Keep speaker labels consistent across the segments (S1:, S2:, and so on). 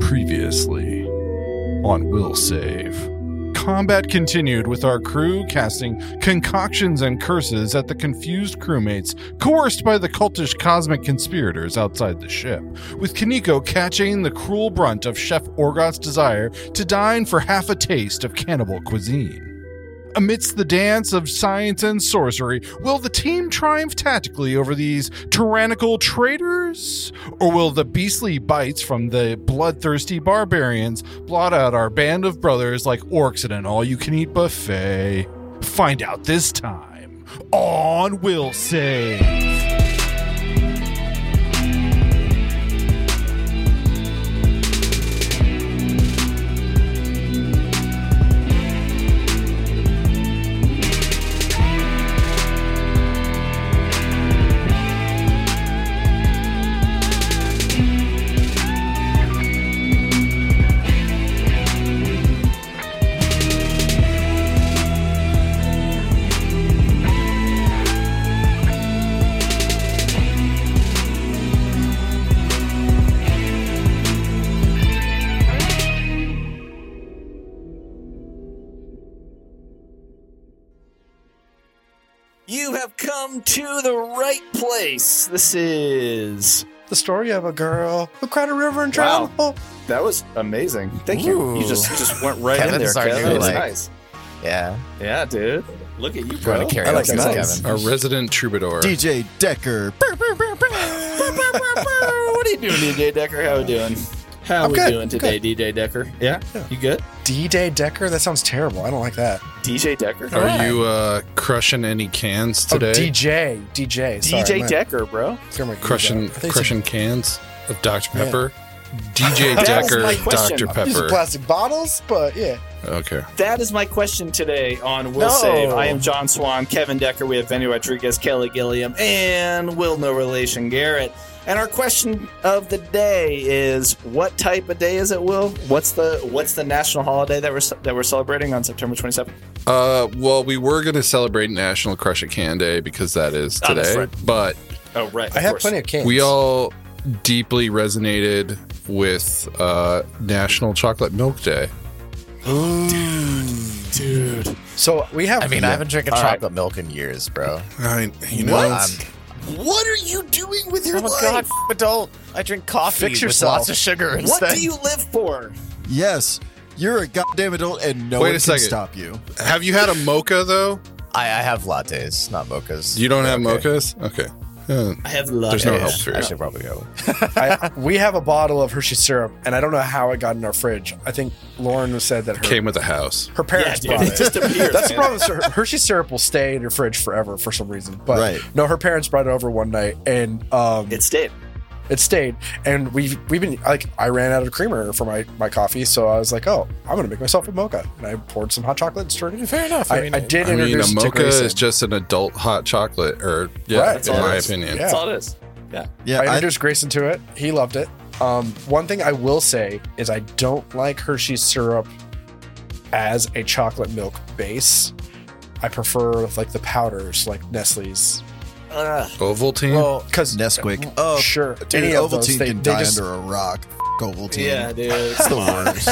S1: Previously on Will Save. Combat continued with our crew casting concoctions and curses at the confused crewmates coerced by the cultish cosmic conspirators outside the ship, with Kaneko catching the cruel brunt of Chef Orgot's desire to dine for half a taste of cannibal cuisine. Amidst the dance of science and sorcery, will the team triumph tactically over these tyrannical traitors? Or will the beastly bites from the bloodthirsty barbarians blot out our band of brothers like orcs in an all you can eat buffet? Find out this time on Will Save.
S2: You have come to the right place. This is.
S3: The story of a girl who cried a river and drowned.
S4: That was amazing. Thank you.
S5: Ooh.
S4: You just just went right in there.
S5: Kevin's our
S4: Kevin.
S5: new,
S4: That was
S5: like-
S4: nice.
S5: Yeah.
S4: Yeah, dude. Look at you,
S5: Going
S4: bro.
S5: to karaoke
S4: I like
S5: with
S4: that.
S5: Kevin.
S1: Our resident troubadour.
S6: DJ Decker.
S2: what are you doing, DJ Decker? How are we doing? How are
S3: I'm
S2: we
S3: good,
S2: doing
S3: I'm
S2: today, DJ Decker? Yeah? You good?
S3: D Day Decker? That sounds terrible. I don't like that.
S4: DJ Decker.
S1: Are you uh, crushing any cans
S3: Oh,
S1: today?
S3: DJ. DJ. Sorry,
S4: DJ
S3: my-
S4: Decker, bro.
S3: it's gonna make me
S1: crushing
S3: go. I think
S1: crushing cans of Dr.
S3: Yeah.
S1: Pepper? DJ
S4: That was
S1: Decker,
S4: my question.
S1: Dr.
S3: it's- These are
S1: Pepper.
S3: plastic bottles, but yeah.
S1: Okay.
S4: That is my question today on Will
S3: No.
S4: Save. I am John Swan, Kevin Decker. We have Benny Rodriguez, Kelly Gilliam, and Will No Relation Garrett. And our question of the day is: What type of day is it, Will? What's the what's the national holiday that we're ce- that we're celebrating on September 27th?
S1: Uh, well, we were going to celebrate National Crush a Can Day because that is
S4: Oh,
S1: today,
S4: that's right.
S1: but
S4: Oh, right.
S3: I have plenty of cans.
S1: we all deeply resonated with uh, National Chocolate Milk Day.
S3: So we have.
S5: I mean, I haven't drinking
S4: All right.
S5: chocolate milk in years, bro.
S1: I, you know,
S5: Um,
S2: What are you doing with your
S5: oh my god, f- adult! I drink coffee
S3: Fix
S5: with
S3: yourself.
S5: lots of sugar
S4: What
S5: instead.
S4: do you live for?
S6: Yes, you're a goddamn adult, and no
S1: Wait
S6: one
S1: a
S6: can
S1: second.
S6: stop you.
S1: have you had a mocha though?
S5: I, I have lattes, not mochas.
S1: You don't have
S5: Okay.
S1: mochas? Okay. Uh,
S4: I have love.
S1: There's no help for
S5: I
S1: you.
S5: should probably go.
S3: I, we have a bottle of Hershey syrup, and I don't know how it got in our fridge. I think Lauren said that her,
S1: Came with a house.
S3: her parents
S4: Yeah, dude,
S3: brought
S4: it
S3: it.
S4: just appears.
S3: That's the
S4: man.
S3: problem. Sir. Hershey syrup will stay in your fridge forever for some reason. But
S6: Right.
S3: no, her parents brought it over one night, and um,
S4: It stayed.
S3: it stayed and we've we've been like i ran out of creamer for my my coffee so i was like oh i'm gonna make myself a mocha and i poured some hot chocolate and stirred it in.
S5: Fair enough.
S3: I, uh, I did
S1: I mean,
S3: introduce
S1: a
S3: it to
S1: mocha is
S3: Grayson.
S1: just an adult hot chocolate, or yeah,
S3: Right. That's
S1: in
S4: all
S1: my
S4: it is.
S1: opinion.
S3: Yeah.
S4: That's all it is.
S6: Yeah,
S3: i
S6: I,
S3: introduced grayson to it he loved it um, one thing i will say is i don't like hershey's syrup as a chocolate milk base i prefer like the powders like nestle's
S4: Ugh.
S1: Ovaltine.
S3: well because
S6: Nesquik. Oh,
S3: sure
S6: dude,
S3: any of those
S6: Ovaltine
S3: they,
S6: can
S3: they
S6: die
S3: just
S6: under a rock. F- Ovaltine.
S4: yeah, dude. It's the worst.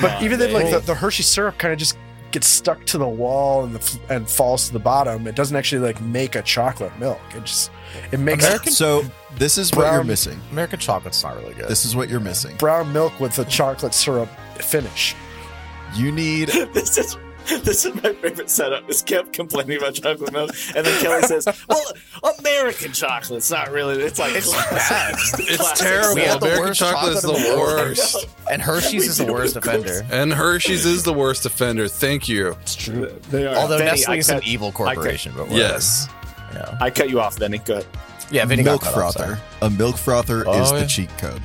S3: but
S5: Oh,
S3: even then, like
S4: the,
S3: the, the Hershey syrup kind of just gets stuck to the wall and the f- and falls to the bottom. It doesn't actually like make a chocolate milk. It just it makes
S6: So this is what you're
S3: Brown-
S6: missing.
S5: American chocolate's not really good.
S6: This is what you're missing.
S3: brown milk with a chocolate syrup finish.
S6: You need
S4: this is this is my favorite setup. Is Kev complaining about chocolate milk, and then Kelly says, "Well, American chocolate's not really. It's like
S5: It's
S4: classic- classic
S1: it's terrible.
S5: We had the
S1: American
S5: worst
S1: chocolate is the
S5: chocolate in the world.
S1: worst.
S5: and Hershey's is the worst offender.
S1: And Hershey's is the worst offender. Thank you.
S3: It's true.
S4: They are.
S5: Although
S4: Benny,
S5: Nestle's
S4: I
S5: an
S4: cut,
S5: evil corporation, but whatever.
S1: Yes.
S5: You know.
S4: I cut you off, Benny. Good.
S5: Yeah, Vinny
S6: milk
S5: got cut off,
S6: frother. A milk frother
S5: Oh,
S6: is
S5: yeah.
S6: the cheat code.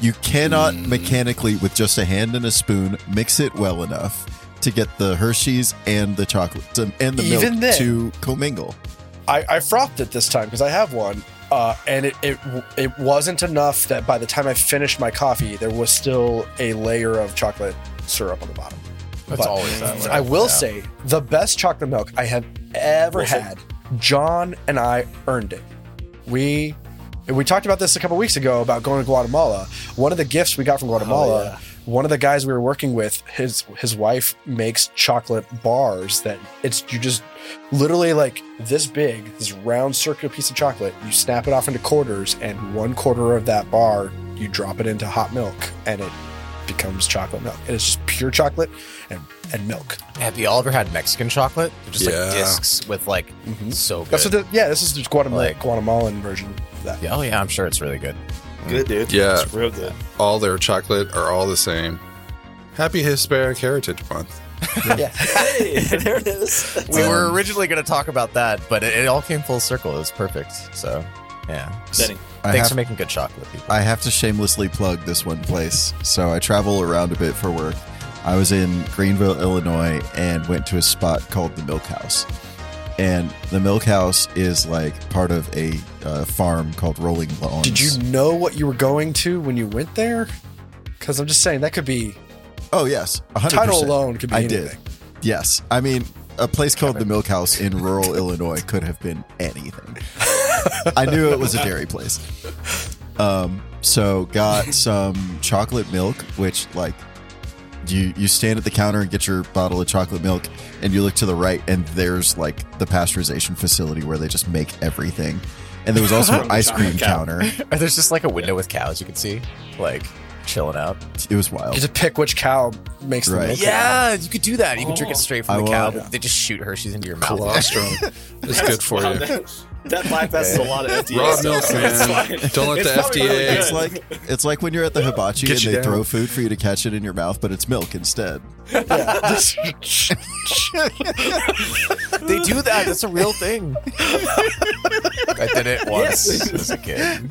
S6: You cannot
S3: Mm.
S6: mechanically, with just a hand and a spoon, mix it well enough to get the Hershey's and the chocolate to- and the
S3: Even
S6: milk
S3: then.
S6: to commingle.
S3: I, I frothed it this time because I have one, uh, and it, it w- it wasn't enough that by the time I finished my coffee, there was still a layer of chocolate syrup on the bottom.
S5: That's
S3: But
S5: always that way.
S3: I will
S5: Yeah.
S3: say the best chocolate milk I have ever
S4: Was it?
S3: had. John and I earned it. We And we talked about this a couple weeks ago about going to Guatemala. One of the gifts we got from Guatemala, one of the guys we were working with, his his wife makes chocolate bars that it's you just literally like this big, this round circular piece of chocolate. You snap it off into quarters, and one quarter of that bar you drop it into hot milk, and it becomes chocolate milk. And it's just pure chocolate and and milk.
S5: Have you all ever had Mexican chocolate? They're just
S1: Yeah.
S5: like discs with like
S3: Mhm.
S5: so good.
S3: That's what the, yeah, this is the Guatemala,
S5: Like-
S3: Guatemalan version of that.
S5: Yeah, oh yeah, I'm sure it's really good.
S4: Mm. Good, dude.
S1: Yeah.
S4: It's real good.
S1: All their chocolate are all the same. Happy Hispanic Heritage Month.
S4: Hey, there it is.
S5: We
S6: Um,
S5: were originally going to talk about that, but it, it all came full circle. It was perfect. So, yeah.
S4: Benny.
S6: I have,
S5: Thanks for making good chocolate, people.
S6: I have to shamelessly plug this one place. So I travel around a bit for work. I was in Greenville, Illinois, and went to a spot called the Milk House. And the Milk House is like part of a uh, farm called Rolling Lawns.
S3: Did you know what you were going to when you went there? Because I'm just saying that could be
S6: Oh yes, 100%.
S3: title alone could be
S6: I
S3: anything.
S6: did. Yes, I mean a place called the Milk House in rural Illinois could have been anything. I knew it was a dairy place. Um, so got some chocolate milk, which like you you stand at the counter and get your bottle of chocolate milk, and you look to the right, and there's like the pasteurization facility where they just make everything. And there was also an ice cream counter.
S5: There's just like a window with cows you can see, like chilling out.
S6: It was wild.
S3: You get to pick which cow makes the
S6: Right.
S3: milk.
S5: Yeah, you could do that. You could drink it straight
S6: I
S5: from the cow,
S6: want-
S5: but they just shoot Hershey's into your mouth.
S1: Colostrum is good for
S4: Wow,
S1: you.
S4: That, that bypasses a lot of FDA.
S1: Raw
S4: stuff.
S1: milk,
S4: That's
S1: man.
S4: fine.
S1: Don't let the
S4: It's probably really
S1: FDA.
S4: good.
S6: It's like it's like when you're at the hibachi
S1: Get
S6: and
S1: you
S6: they
S1: down.
S6: throw food for you to catch it in your mouth, but it's milk instead.
S5: They do that. That's a real thing. I did it once as a kid.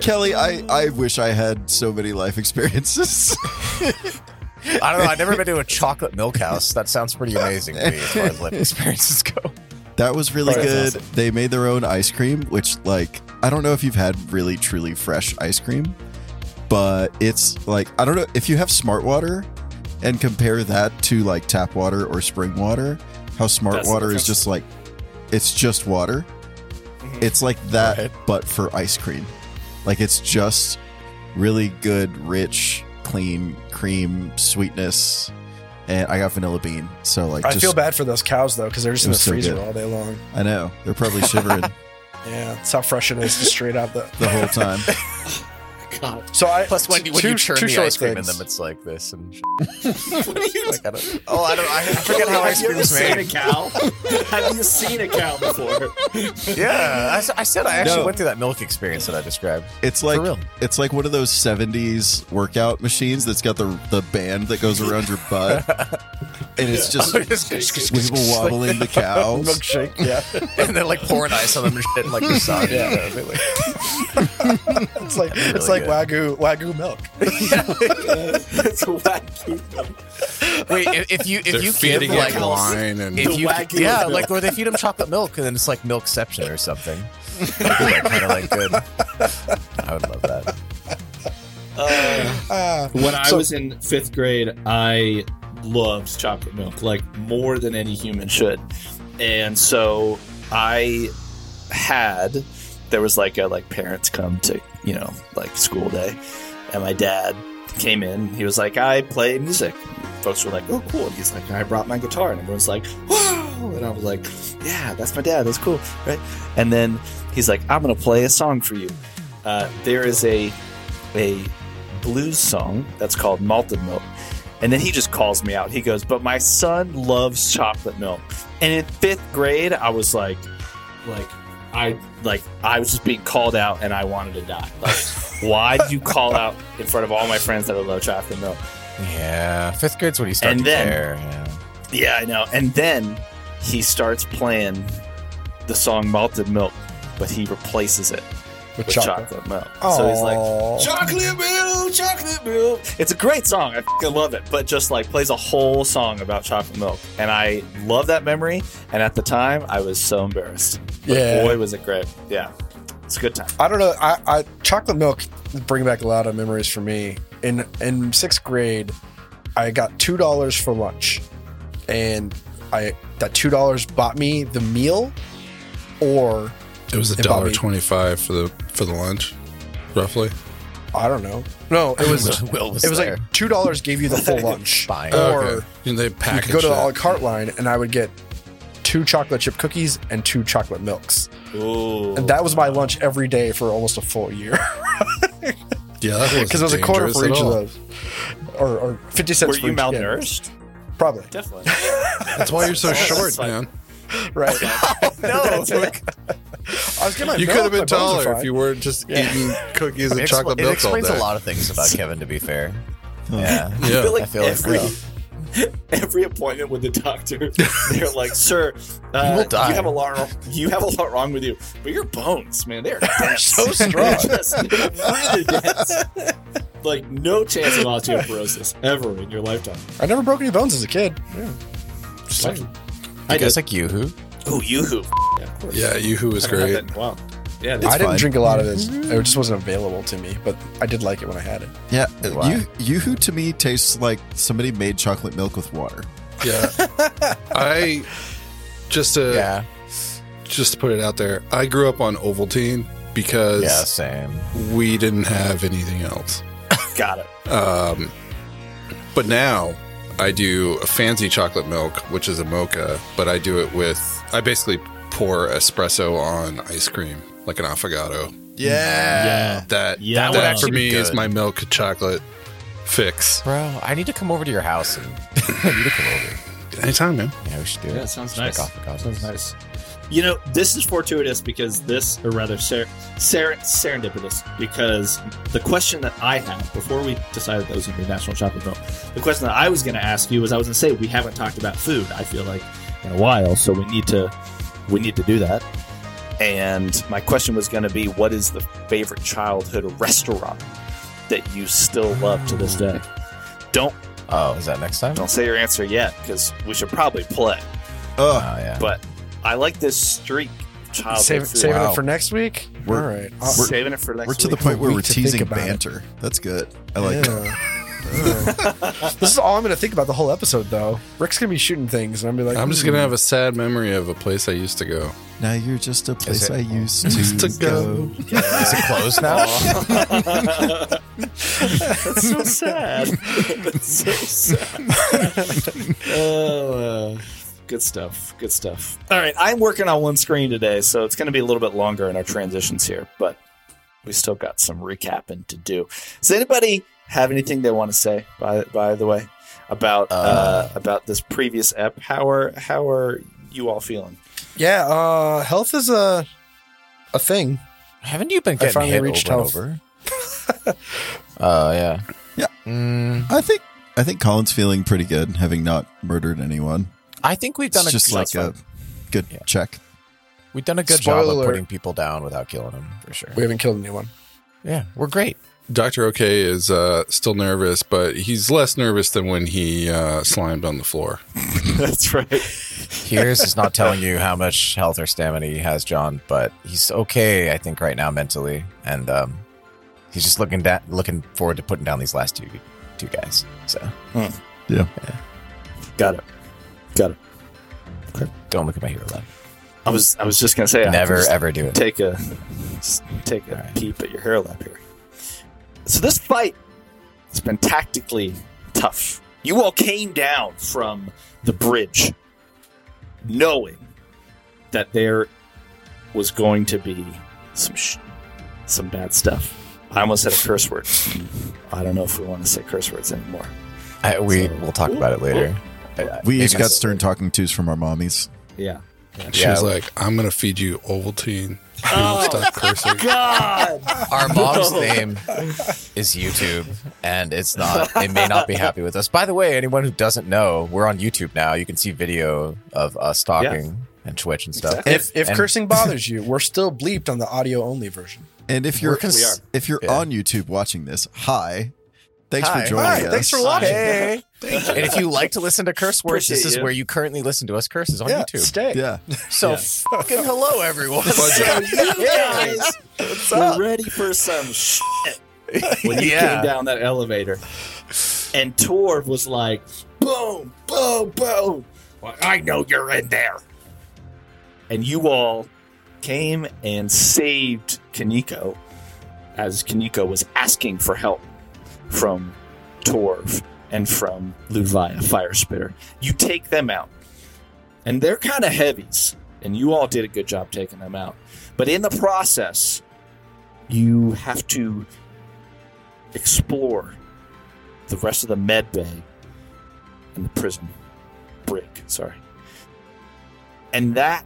S6: Kelly, I, I wish I had so many life experiences.
S5: I don't know. I've never been to a chocolate milk house. That sounds pretty amazing to me as far as life experiences go.
S6: that was really
S5: Right.
S6: good.
S5: Awesome.
S6: They made their own ice cream, which like I don't know if you've had really truly fresh ice cream, but it's like I don't know if you have smart water and compare that to like tap water or spring water, how smart
S4: That's-
S6: water
S4: that's-
S6: is just like it's just water. It's like that but for ice cream. Like it's just really good, rich, clean cream sweetness. And I got vanilla bean, so like
S3: I
S6: just,
S3: feel bad for those cows though, because they're just
S6: It
S3: in the
S6: was so
S3: freezer
S6: good.
S3: all day long.
S6: I know they're probably shivering
S3: Yeah, that's how fresh it is, just straight out the.
S6: the whole time.
S3: So I
S5: Plus, when, you- when
S3: two-
S5: you churn
S3: two
S5: the
S3: short
S5: ice cream
S3: things.
S5: in them, it's like this and. Shit. Like, I don't, oh, I don't. I forget how ice
S4: Have you
S5: cream
S4: ever
S5: is
S4: seen a
S5: made.
S4: cow? Have you seen a cow before?
S5: Yeah, I s- I, said I actually
S6: No.
S5: went through that milk experience that I described.
S6: It's like
S5: For real.
S6: it's like one of those '70s workout machines that's got the the band that goes around your butt, and it's just wibble wobbling the cows.
S3: milkshake. Yeah,
S5: and then like pouring ice on them and shit, and like massage.
S3: Yeah.
S5: Yeah. Like,
S3: it's like it's
S5: really
S3: like wagyu wagyu milk.
S4: That's wacky.
S5: wait, if, if you if
S1: They're
S5: you give
S1: feeding it
S5: like
S1: wine and
S5: if you
S4: wagyu
S5: yeah,
S4: milk.
S5: like where they feed them chocolate milk, and then it's like milkception or something. kind of like good. I would love that.
S4: Uh,
S3: Ah,
S4: when I
S3: So-
S4: was in fifth grade, I loved chocolate milk like more than any human should, and so I had there was like a like parents come to you know like school day, and my dad came in. He was like, I play music. Folks were like, Oh, cool. And he's like, I brought my guitar, and everyone's like, Wow! And I was like, Yeah, that's my dad. That's cool, right? And then he's like, I'm gonna play a song for you. Uh, there is a a blues song that's called Malted Milk. And then he just calls me out. He goes, But my son loves chocolate milk. And in fifth grade, I was like, like I like I was just being called out and I wanted to die. Like, why did you call out in front of all my friends that I love chocolate milk?
S5: Yeah, fifth grade's when you start
S4: And
S5: to
S4: then-
S5: care. Yeah.
S4: Yeah, I know. And then he starts playing the song Malted Milk, but he replaces it
S3: with
S4: with
S3: chocolate.
S4: chocolate, milk. So he's like,
S3: Aw.
S4: Chocolate milk, chocolate milk. It's a great song. I fucking love it. But just like plays a whole song about chocolate milk, and I love that memory. And at the time, I was so embarrassed. But
S3: Yeah.
S4: boy, was it great. Yeah, it's a good time.
S3: I don't know. I, I chocolate milk bring back a lot of memories for me. In in sixth grade, I got two dollars for lunch, and I that two dollars bought me the meal, or
S7: It was a
S3: It bought
S7: dollar
S3: me-
S7: twenty-five for the for the lunch, roughly.
S3: I don't know. No, it was
S5: Will was
S3: it was
S5: there.
S3: like two dollars gave you the full lunch.
S5: Fine.
S3: Or
S7: okay. You know, they
S3: you
S7: package
S3: could go to the
S7: it.
S3: a la carte line and I would get two chocolate chip cookies and two chocolate milks.
S4: Ooh.
S3: And that was my lunch every day for almost a full year.
S7: yeah, that
S3: Because it was a quarter for each of
S7: those.
S3: those. Or, or fifty cents
S4: Were
S3: for
S4: you
S3: each game.
S4: malnourished?
S3: Probably.
S4: Definitely.
S7: That's why you're so short,
S4: like-
S7: man.
S3: Right.
S5: no.
S3: I was getting my
S7: You
S3: milk,
S7: could have
S3: my
S7: been
S3: bones are
S7: taller
S3: fine.
S7: if you weren't just eating cookies and
S5: It, expl-
S7: chocolate
S5: it
S7: milk all
S5: explains
S7: day.
S5: a lot of things about Kevin, to be fair. Yeah.
S7: Yeah.
S5: I feel like
S4: every,
S5: so.
S4: every appointment with the doctor, they're like, "Sir, uh,
S5: You will die.
S4: you have a lot. wrong- You have a lot wrong with you, but your bones, man, they're
S5: so strong.
S4: really dense. Like no chance of osteoporosis ever in your lifetime."
S3: I never broke any bones as a kid. Yeah.
S5: I guess like you who?
S2: Uh,
S4: Oh, you who? Yeah, of course.
S7: Yeah, Yoo-Hoo was
S4: I don't have
S7: great.
S4: that in a while. Yeah,
S3: I
S4: that's
S3: didn't
S6: fine.
S3: drink a lot of this.
S7: Mm-hmm.
S3: It just wasn't available to me, but I did like it when I had it.
S6: Yeah,
S5: Wow.
S6: you Yoo-Hoo to me tastes like somebody made chocolate milk with water.
S7: Yeah. I just to
S5: Yeah.
S7: just to put it out there, I grew up on Ovaltine because
S5: Yeah, same.
S7: we didn't have anything else.
S4: got it.
S7: Um, but now I do a fancy chocolate milk, which is a mocha, but I do it with, I basically pour espresso on ice cream, like an affogato.
S5: Yeah.
S7: That,
S2: Yeah,
S7: that,
S2: that would
S7: for
S5: actually be
S7: me is
S5: good.
S7: my milk chocolate fix.
S5: Bro, I need to come over to your house and I need to come over.
S7: Anytime, man.
S5: Yeah, we should do it.
S2: Yeah, sounds
S5: Just make
S2: nice.
S5: off the goggles.
S2: Sounds nice.
S4: You know, this is fortuitous because this, or rather, ser- ser- serendipitous because the question that I had before we decided that was going to be National Chocolate Milk, the question that I was going to ask you was, I was going to say we haven't talked about food. I feel like in a while, so we need to we need to do that. And my question was going to be, what is the favorite childhood restaurant that you still love to this day? Don't
S5: Oh, is that next time?
S4: don't say your answer yet because we should probably play.
S5: Oh,
S6: Ugh,
S5: yeah.
S4: But I like this streak. Childhood
S3: Save,
S4: food.
S3: saving
S6: Wow.
S3: it for next week?
S6: We're-
S3: All right.
S4: We're saving it for next
S6: we're to the
S4: week.
S6: point where
S3: week
S6: we're
S3: to think
S6: teasing
S3: about it.
S6: banter. That's good. I like that.
S3: Yeah. this is all I'm going to think about the whole episode, though. Rick's going to be shooting things, and I'm going to be like, "Hmm."
S7: I'm just going to have a sad memory of a place I used to go.
S6: Now you're just a place
S5: it-
S6: I used to,
S7: Used to go.
S6: go.
S5: is it closed now?
S4: That's so sad. That's so sad. oh, uh, good stuff. Good stuff. All right, I'm working on one screen today, so it's going to be a little bit longer in our transitions here, but we still got some recapping to do. Does anybody have anything they want to say? By by the way, about uh,
S5: Uh.
S4: about this previous ep, how are how are you all feeling?
S3: Yeah, uh, health is a a thing.
S5: Haven't you been getting
S3: finally
S5: hit
S3: reached
S5: over and
S3: health.
S5: over? Oh, yeah.
S6: Yeah.
S5: Mm,
S6: I think I think Colin's feeling pretty good, having not murdered anyone.
S5: I think we've done
S6: It's
S5: a
S6: just like a good
S5: Yeah.
S6: check.
S5: we've done a good
S3: Spoiler
S5: job
S3: alert.
S5: of putting people down without killing them for sure.
S3: We haven't killed anyone.
S5: yeah, we're great.
S7: Dr. OK is uh, still nervous, but he's less nervous than when he uh, slimed on the floor.
S4: That's right.
S5: Here's is not telling you how much health or stamina he has, John, but he's okay, I think, right now mentally, and um, he's just looking da- looking forward to putting down these last two two guys. So
S4: Got it. Got it.
S5: don't look at my hero lab.
S4: I was I was just gonna say I
S5: Never
S4: just-
S5: ever do it.
S4: take a just take a
S5: Alright.
S4: peep at your hair lap here. So this fight has been tactically tough. You all came down from the bridge knowing that there was going to be some sh- some bad stuff. I almost said a curse word. I don't know if we want to say curse words anymore.
S5: I, we we'll talk about it later. I- I-
S6: We each
S5: maybe
S6: got
S5: it's-
S6: stern talking tos from our mommies.
S4: Yeah.
S7: She
S5: Yeah.
S7: was like, I'm going to feed you Ovaltine. Oh, stop cursing.
S4: God.
S5: Our mom's name is YouTube, and it's not. It may not be happy with us. By the way, anyone who doesn't know, we're on YouTube now. You can see video of us talking and Twitch and stuff.
S4: Exactly.
S3: If if
S5: And-
S3: cursing bothers you, we're still bleeped on the audio only version.
S6: And if you're
S4: We are.
S6: if you're
S5: Yeah.
S6: on YouTube watching this, hi. Thanks
S5: Hi.
S6: for joining
S3: Hi,
S6: us.
S3: thanks for watching.
S5: Hey. and if you like to listen to curse words, this
S4: Appreciate
S5: is
S4: you.
S5: where you currently listen to us curses on
S3: yeah,
S5: YouTube.
S3: stay.
S6: Yeah.
S5: So fucking hello, everyone.
S4: guys were ready for some shit when you
S5: Yeah.
S4: came down that elevator. And Torv was like, boom, boom, boom. Well, I know you're in there. And you all came and saved Kaneko as Kaneko was asking for help from Torv and from Luvia Firespitter. You take them out. And they're kind of heavies, and you all did a good job taking them out. But in the process, you have to explore the rest of the med bay and the prison brig, sorry. And that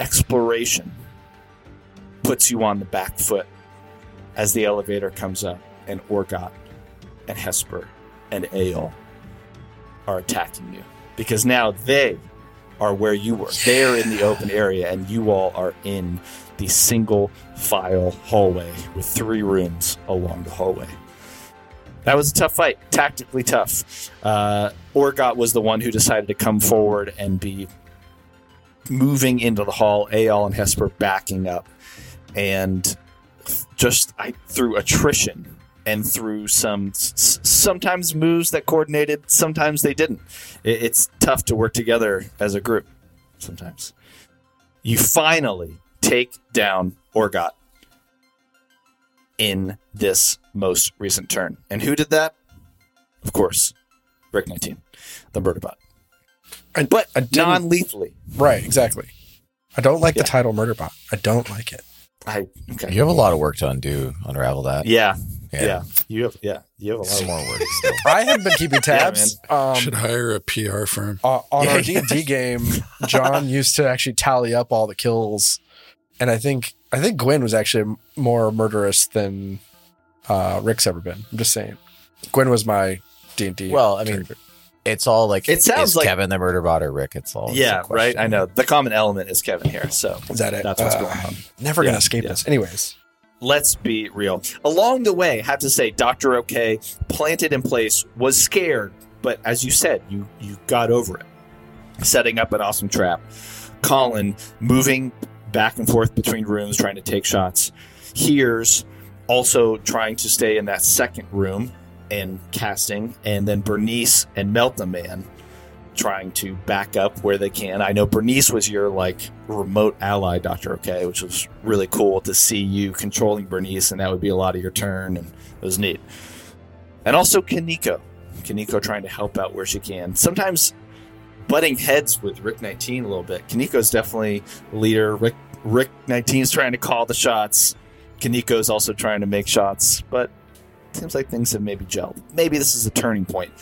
S4: exploration puts you on the back foot as the elevator comes up and Orgot and Hesper and Aeol are attacking you because now they are where you were. They're in the open area and you all are in the single file hallway with three rooms along the hallway. That was a tough fight, tactically tough. Uh, Orgot was the one who decided to come forward and be moving into the hall, Aol and Hesper backing up. And just I, through attrition and through some s- sometimes moves that coordinated, sometimes they didn't. It, it's tough to work together as a group sometimes. You finally take down Orgot in this most recent turn. And who did that? Of course, Rick 19, the Murderbot.
S3: I-
S4: But
S3: I didn't-
S4: non lethally.
S3: Right, exactly. I don't like
S4: Yeah.
S3: the title Murderbot. I don't like it.
S4: I okay.
S5: You have a lot of work to undo, unravel that.
S4: Yeah,
S5: Yeah.
S4: yeah. You have yeah. You have a lot. Of,
S5: Some more work. still.
S3: I have been keeping
S4: Yeah,
S3: tabs. um,
S7: Should hire a PR firm.
S3: uh, on
S5: Yeah,
S3: our D
S5: yeah.
S3: and D game, John used to actually tally up all the kills, and I think I think Gwen was actually more murderous than uh, Rick's ever been. I'm just saying, Gwen was my D and D.
S5: Well, I mean, it's all like
S4: It sounds
S5: is
S4: like-
S5: Kevin the murder bot or Rick. It's all it's a
S4: yeah,
S5: question.
S4: right. I know the common element is Kevin here, so
S3: is that it?
S4: that's what's
S3: Uh,
S4: going on.
S3: Never
S4: Yeah,
S3: gonna escape
S4: yeah.
S3: this. Anyways,
S4: Let's be real. Along the way, I have to say, Doctor OK planted in place was scared, but as you said, you you got over it. Setting up an awesome trap. Colin moving back and forth between rooms, trying to take shots. Hears also trying to stay in that second room and casting, and then Bernice and Melt the Man trying to back up where they can. I know Bernice was your like remote ally, Doctor OK, which was really cool to see you controlling Bernice, and that would be a lot of your turn, and it was neat. And also Kaniko, Kaniko trying to help out where she can. Sometimes butting heads with Rick 19 a little bit. Kaniko's definitely leader. Rick Rick 19 is trying to call the shots. Kaniko's also trying to make shots, but it seems like things have maybe gelled. Maybe this is a turning point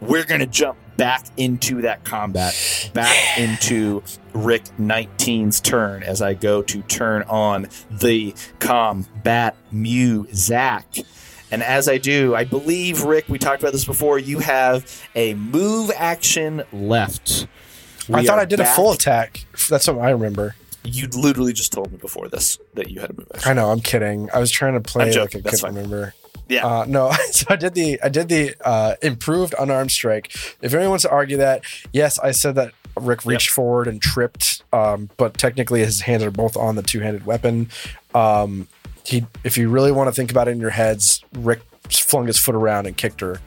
S4: we're going to jump back into that combat, back into Rick 19's turn as I go to turn on the combat music. And as I do, I believe, Rick, we talked about this before, you have a move action left.
S3: I
S4: We
S3: thought
S4: are
S3: I did a
S4: back-
S3: full attack. That's what I remember.
S4: You literally just told me before this that you had a move action.
S3: I know. I'm kidding. I was trying to play
S4: I'm
S3: like I
S4: joking,
S3: couldn't
S4: that's fine.
S3: remember.
S4: Yeah.
S3: Uh, no, so I did the I did the uh, improved unarmed strike. If anyone wants to argue that, yes, I said that Rick reached forward and tripped, um, but technically his hands are both on the two handed weapon. Um, he, if you really want to think about it in your heads, Rick flung his foot around and kicked her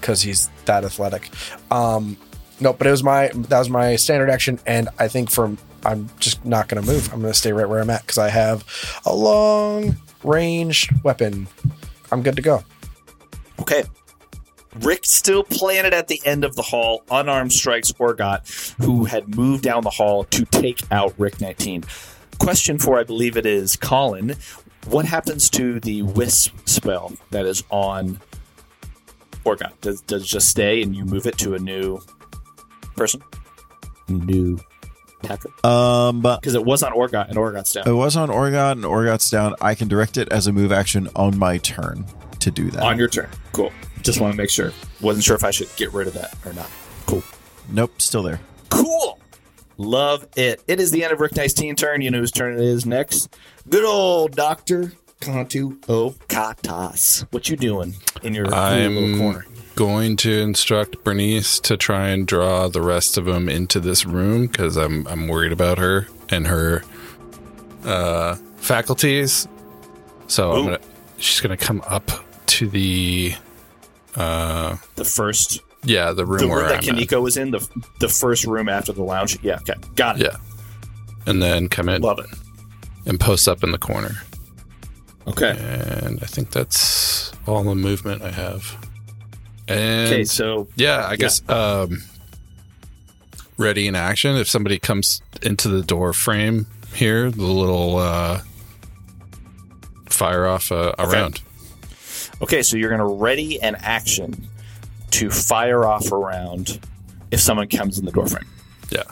S3: because he's that athletic. Um, no, but it was my that was my standard action, and I think from I'm just not going to move. I'm going to stay right where I'm at because I have a long range weapon. I'm good to go.
S4: Okay. Rick still planted at the end of the hall, unarmed strikes Orgot, who had moved down the hall to take out Rick 19. Question for, I believe it is Colin. What happens to the Wisp spell that is on Orgot? Does, does it just stay and you move it to a new person? New attacker?
S6: Um, but
S4: Because it was on Orgot and Orgot's down.
S6: it was on Oregon and Oregon's down. I can direct it as a move action on my turn to do that.
S4: On your turn. Cool. Just want to make sure. Wasn't sure if I should get rid of that or not. Cool.
S6: nope, still there.
S4: Cool. Love it. It is the end of Rick Nice Teen turn. You know whose turn it is next. Good old Doctor Kantu Okatas. What you doing in your, in your little
S7: I'm
S4: corner?
S7: going to instruct Bernice to try and draw the rest of them into this room because I'm I'm worried about her and her uh, faculties. So I'm
S4: Ooh.
S7: gonna, she's gonna come up to the
S4: The first
S7: yeah the room
S4: the
S7: where
S4: room that
S7: I'm at.
S4: Kaniko was in, the the first room after the lounge. Yeah, okay. Got it.
S7: yeah, and then come in
S4: Love it.
S7: and posts up in the corner.
S4: Okay.
S7: And I think that's all the movement I have. And
S4: Okay, so
S7: yeah, I guess um ready in action if somebody comes into the door frame here, the little uh fire off uh, around.
S4: okay, so you're gonna ready an action to fire off around if someone comes in the doorframe.
S7: Yeah.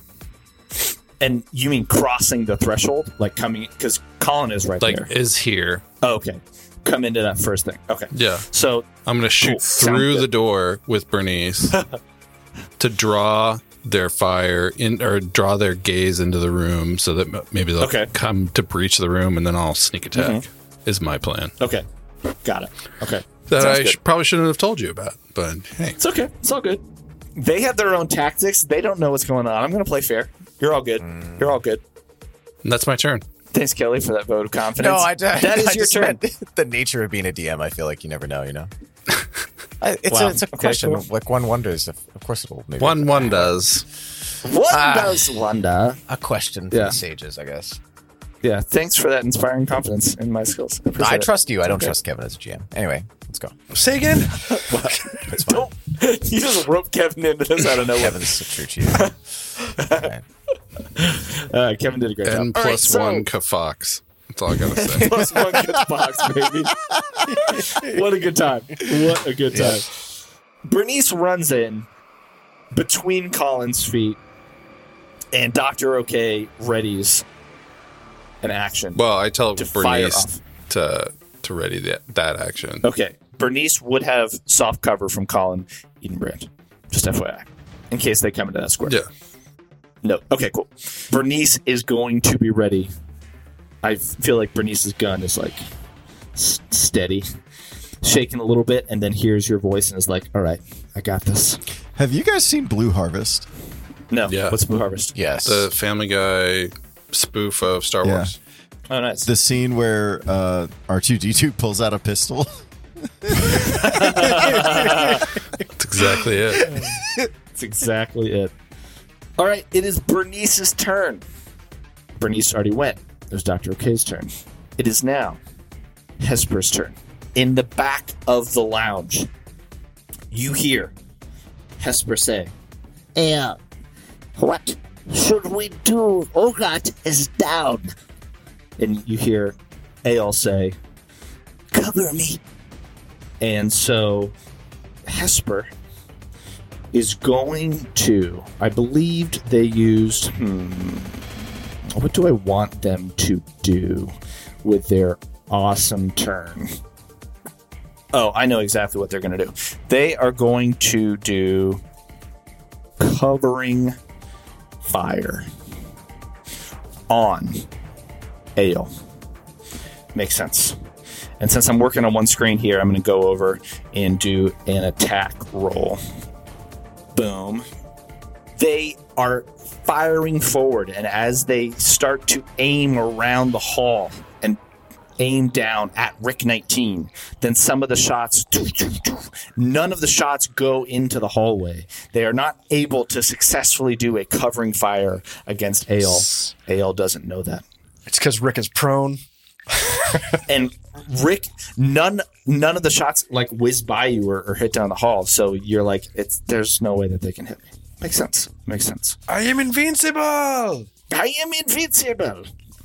S4: And you mean crossing the threshold, like coming because Colin is right
S7: Like
S4: there.
S7: is here.
S4: Oh, okay, come into that first thing. Okay,
S7: Yeah.
S4: so
S7: I'm going to shoot
S4: Cool. Sounds
S7: through
S4: good.
S7: the door with Bernice to draw their fire in or draw their gaze into the room so that m- maybe they'll
S4: Okay.
S7: come to breach the room and then I'll sneak attack is my plan.
S4: okay, got it. Okay,
S7: That
S4: Sounds
S7: I sh- probably shouldn't have told you about, but hey.
S4: It's okay. It's all good. They have their own tactics. They don't know what's going on. I'm going to play fair. You're all good.
S5: Mm.
S4: You're all good.
S7: And that's my turn.
S4: Thanks, Kelly, for that vote of confidence.
S5: No, I,
S4: That is your
S5: I just
S4: turn.
S5: meant the nature of being a DM. I feel like you never know. You know, I, it's
S4: Wow.
S5: a, it's a
S4: Okay,
S5: question.
S4: cool.
S5: Like one wonders. If, of course, it will. Maybe
S7: One one does.
S4: What
S5: Ah.
S4: does Wanda?
S5: a question for
S4: Yeah.
S5: the sages, I guess.
S4: Yeah. Thanks for that inspiring confidence in my skills. I,
S5: I
S4: appreciate it.
S5: trust you. I don't
S4: Okay.
S5: trust Kevin as a GM. Anyway, let's go.
S3: Say again.
S5: It's fine.
S4: you just roped Kevin into this out of nowhere.
S5: Kevin's a true cheater. Alright.
S4: Uh, Kevin did a great
S7: And
S4: job. All right,
S7: plus
S4: so-
S7: one kafox. That's all I gotta say.
S4: plus one good box, baby. what a good time. What a good time. Bernice runs in between Colin's feet, and Dr. OK readies an action.
S7: well, I tell
S4: To fire
S7: Bernice
S4: off.
S7: to to ready that, that action.
S4: okay. Bernice would have soft cover from Colin Edenbrand. Just FYI. In case they come into that square.
S7: Yeah.
S4: No. Okay, cool. Bernice is going to be ready. I feel like Bernice's gun is like s- steady, shaking a little bit, and then hears your voice and is like, all right, I got this.
S6: Have you guys seen Blue Harvest?
S4: No.
S7: Yeah.
S4: What's Blue Harvest?
S5: Yes.
S7: The Family Guy spoof of Star
S6: Yeah.
S7: Wars.
S4: Oh, nice.
S6: The scene where uh, R2D2 pulls out a pistol.
S7: That's exactly it.
S4: That's exactly it. All right, it is Bernice's turn. Bernice already went. It was Dr. O'Kay's turn. It is now Hesper's turn. In the back of the lounge, you hear Hesper say, "Eh,
S8: Yeah. What should we do? Ogat is down.
S4: and you hear Aol say,
S8: Cover me.
S4: And so Hesper is going to, I believed they used, hmm, what do I want them to do with their awesome turn? Oh, I know exactly what they're going to do. They are going to do covering fire on ale. Makes sense. And since I'm working on one screen here, I'm going to go over and do an attack roll. Boom. They are firing forward, and as they start to aim around the hall and aim down at Rick 19, then some of the shots, none of the shots go into the hallway. They are not able to successfully do a covering fire against Ale. Ale doesn't know that
S3: It's because Rick is prone.
S4: and Rick, none none of the shots like whiz by you or, or hit down the hall. So you're like, it's there's no way that they can hit me. Makes sense. Makes sense.
S3: I am invincible.
S4: I am invincible,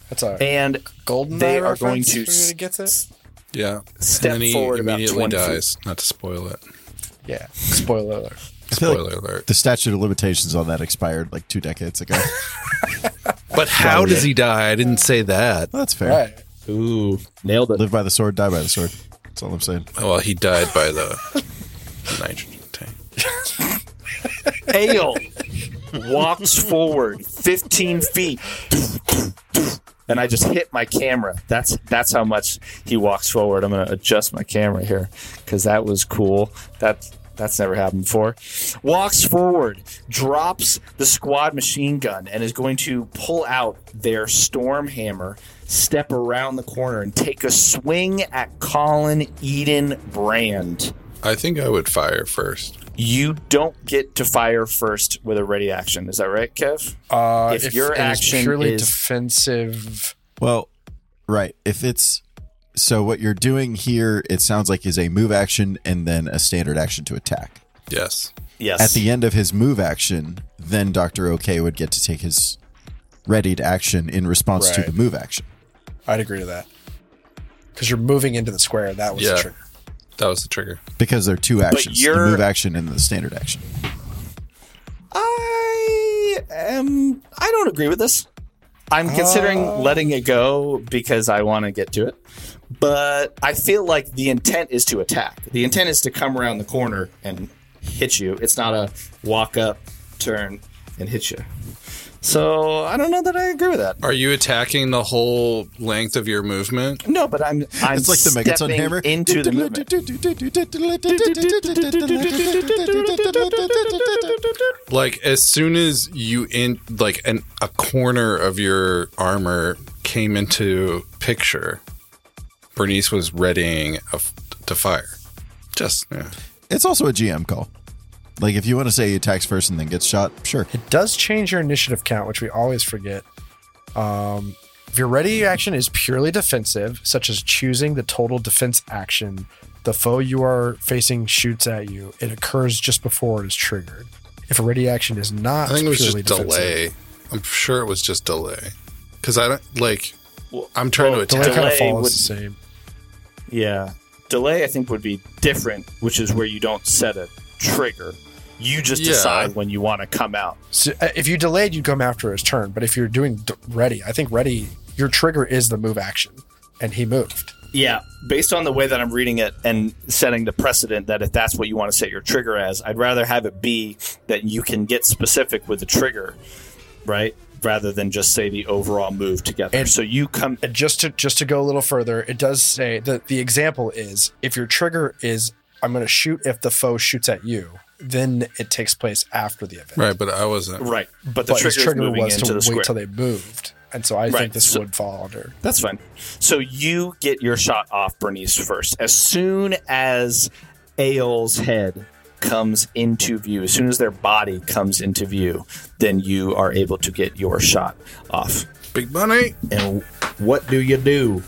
S3: That's a
S4: and
S3: golden.
S4: they
S3: Eye
S4: are going
S3: reference
S4: to
S3: if anybody gets it.
S7: Yeah.
S4: Step
S7: and then he
S4: forward about
S7: immediately
S4: 20 feet.
S7: dies. Not to spoil it.
S3: Yeah. Spoiler alert.
S6: I feel like
S7: Spoiler alert.
S6: the statute of limitations on that expired like two decades ago.
S7: But how does he die? I didn't say that.
S6: That's fair.
S3: All right.
S4: ooh nailed it.
S6: Live by the sword, die by the sword. That's all I'm saying.
S7: Well, he died by the nitrogen tank.
S4: Ale walks forward 15 feet, and I just hit my camera. That's that's how much he walks forward. I'm gonna adjust my camera here because that was cool. That that's never happened before. Walks forward, drops the squad machine gun, and is going to pull out their storm hammer. Step around the corner and take a swing at Colin Eden Brand
S7: I think I would fire first.
S4: you don't get to fire first with a ready action. Is that right, Kev?
S3: Uh,
S4: If your
S3: it is
S4: action
S3: purely
S4: is-
S3: defensive,
S6: Well, Right. If it's so, what you're doing here, it sounds like is a move action and then a standard action to attack.
S7: Yes.
S4: Yes.
S6: At the end of his move action, then Doctor OK would get to take his readied action in response to
S3: Right.
S6: the move action.
S3: I'd agree to that. Because you're moving into the square. That was
S7: Yeah.
S3: the trigger.
S7: That was the trigger.
S6: Because there are two actions: the
S4: you're-
S6: move action and the standard action.
S4: I am. I don't agree with this. I'm considering
S6: Uh.
S4: letting it go because I want to get to it. But I feel like the intent is to attack. The intent is to come around the corner and hit you. It's not a walk up, turn, and hit you. So I don't know that I agree with that.
S7: Are you attacking the whole length of your movement?
S4: No, but I'm. I'm
S6: It's like the Megaton
S4: stepping
S6: hammer
S4: into the movement.
S7: Like as soon as you in like an a corner of your armor came into picture, Bernice was readying a f to fire. Just yeah.
S6: It's also a GM call. Like if you want to say he attacks first and then gets shot, sure.
S3: It does change your initiative count, which we always forget. Um, if your ready action is purely defensive, such as choosing the total defense action, the foe you are facing shoots at you. It occurs just before it is triggered. If a ready action is not,
S7: I think it was
S3: purely
S7: just
S3: defensive-
S7: delay. I'm sure it was just delay. Cause I don't like I'm trying
S4: well,
S7: to
S3: Delay,
S7: attack
S3: kind of
S4: Delay
S3: falls
S4: would-
S3: the same.
S4: Yeah. Delay, I think, would be different, which is where you don't set a trigger. You just
S7: Yeah.
S4: decide when you want to come out.
S3: So, uh, if you delayed, you'd come after his turn. But if you're doing d- ready, I think ready, your trigger is the move action, and he moved.
S4: Yeah, based on the way that I'm reading it and setting the precedent that if that's what you want to set your trigger as, I'd rather have it be that you can get specific with the trigger, right? Rather than just say the overall move together.
S3: And-
S4: so you come
S3: And just to just to go a little further, it does say that the example is if your trigger is I'm going to shoot if the foe shoots at you, then it takes place after the event.
S7: right, but I wasn't
S4: right, but the
S3: But his
S4: trigger, is
S3: trigger
S4: moving
S3: was
S4: into
S3: to
S4: the
S3: wait
S4: square.
S3: till they moved, and so I
S4: Right,
S3: think this
S4: so-
S3: would fall under.
S4: That's fine. So you get your shot off Bernice first. As soon as Ael's head comes into view, as soon as their body comes into view, then you are able to get your shot off.
S7: big money.
S4: And what do you do?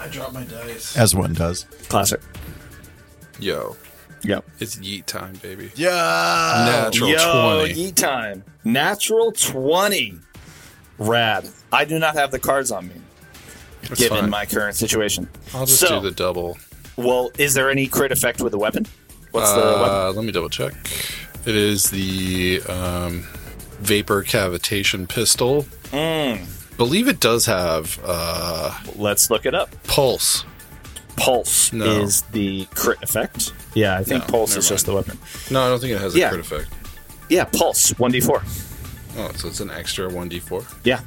S7: I dropped my dice.
S6: As one does.
S4: Classic.
S7: Yo,
S4: Yep.
S7: it's yeet time, baby.
S6: Yeah.
S7: Natural
S4: Yo,
S7: twenty.
S4: yeet time. Natural 20. Rad. I do not have the cards on me,
S7: That's
S4: given
S7: fine.
S4: my current situation.
S7: I'll just
S4: so,
S7: do the double.
S4: Well, is there any crit effect with the weapon? What's the weapon?
S7: Uh, let me double check. It is the um, vapor cavitation pistol.
S4: Mm.
S7: Believe it does have uh,
S4: Let's look it up.
S7: pulse.
S4: pulse
S7: No.
S4: is the crit effect. Yeah, I think
S7: No,
S4: pulse
S7: never
S4: is just the weapon.
S7: No, I don't think it has a
S4: Yeah.
S7: crit effect.
S4: Yeah, pulse one d four.
S7: Oh, so it's an extra one d four.
S4: Yeah,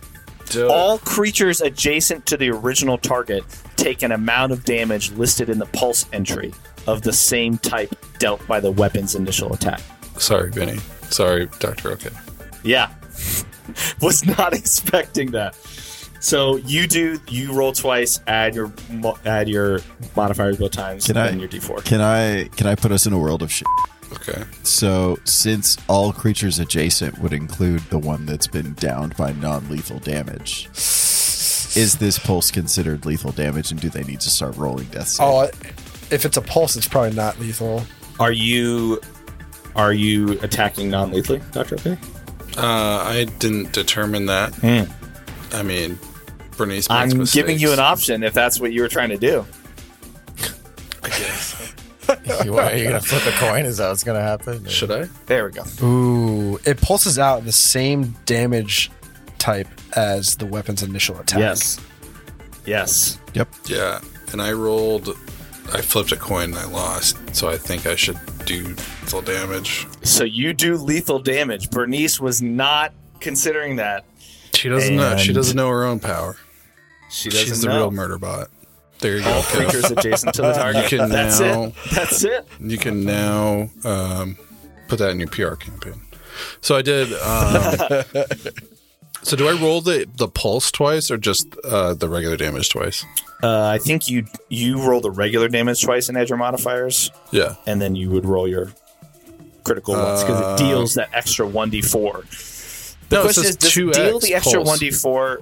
S4: all creatures adjacent to the original target take an amount of damage listed in the pulse entry of the same type dealt by the weapon's initial attack.
S7: Sorry, Benny. Sorry, Doctor. Okay.
S4: Yeah, was not expecting that. So you do you roll twice, add your mo- add your modifiers both times,
S6: Can
S4: and
S6: I-
S4: then your d four.
S6: Can I can I put us in a world of shit?
S7: Okay.
S6: So since all creatures adjacent would include the one that's been downed by non-lethal damage, is this pulse considered lethal damage, and do they need to start rolling death? save?
S3: Oh, if it's a pulse, it's probably not lethal.
S4: Are you are you attacking non lethally, Doctor? Okay.
S7: Uh, I didn't determine that. I mean, Bernice.
S4: Hmm. I'm
S7: makes
S4: giving you an
S7: mistakes.
S4: option if that's what you were trying to do.
S5: you are you gonna flip a coin? Is that what's gonna happen?
S7: Should I?
S4: There we go.
S3: Ooh, it pulses out the same damage type as the weapon's initial attack.
S4: Yes.
S7: Yeah. And I rolled. I flipped a coin and I lost, so I think I should do full damage.
S4: So you do lethal damage. Bernice was not considering that.
S7: She doesn't know. She
S4: And-
S7: doesn't know her own power.
S4: She doesn't
S7: She's the
S4: know. Oh,
S7: real murder bot. There you go.
S4: All
S7: Kev.
S4: creatures adjacent to the target.
S7: You can
S4: That's
S7: now-
S4: it. That's it.
S7: You can now um, put that in your PR campaign. So I did. Um, so do I roll the the pulse twice or just uh, the regular damage twice?
S4: Uh, I think you you roll the regular damage twice and add your modifiers,
S7: Yeah.
S4: and then you would roll your critical ones because it deals that extra one d four. The
S7: No, Uh, oh, it
S4: question
S7: says
S4: is, does it
S7: 2x
S4: deal the extra
S7: pulse.
S4: one d four?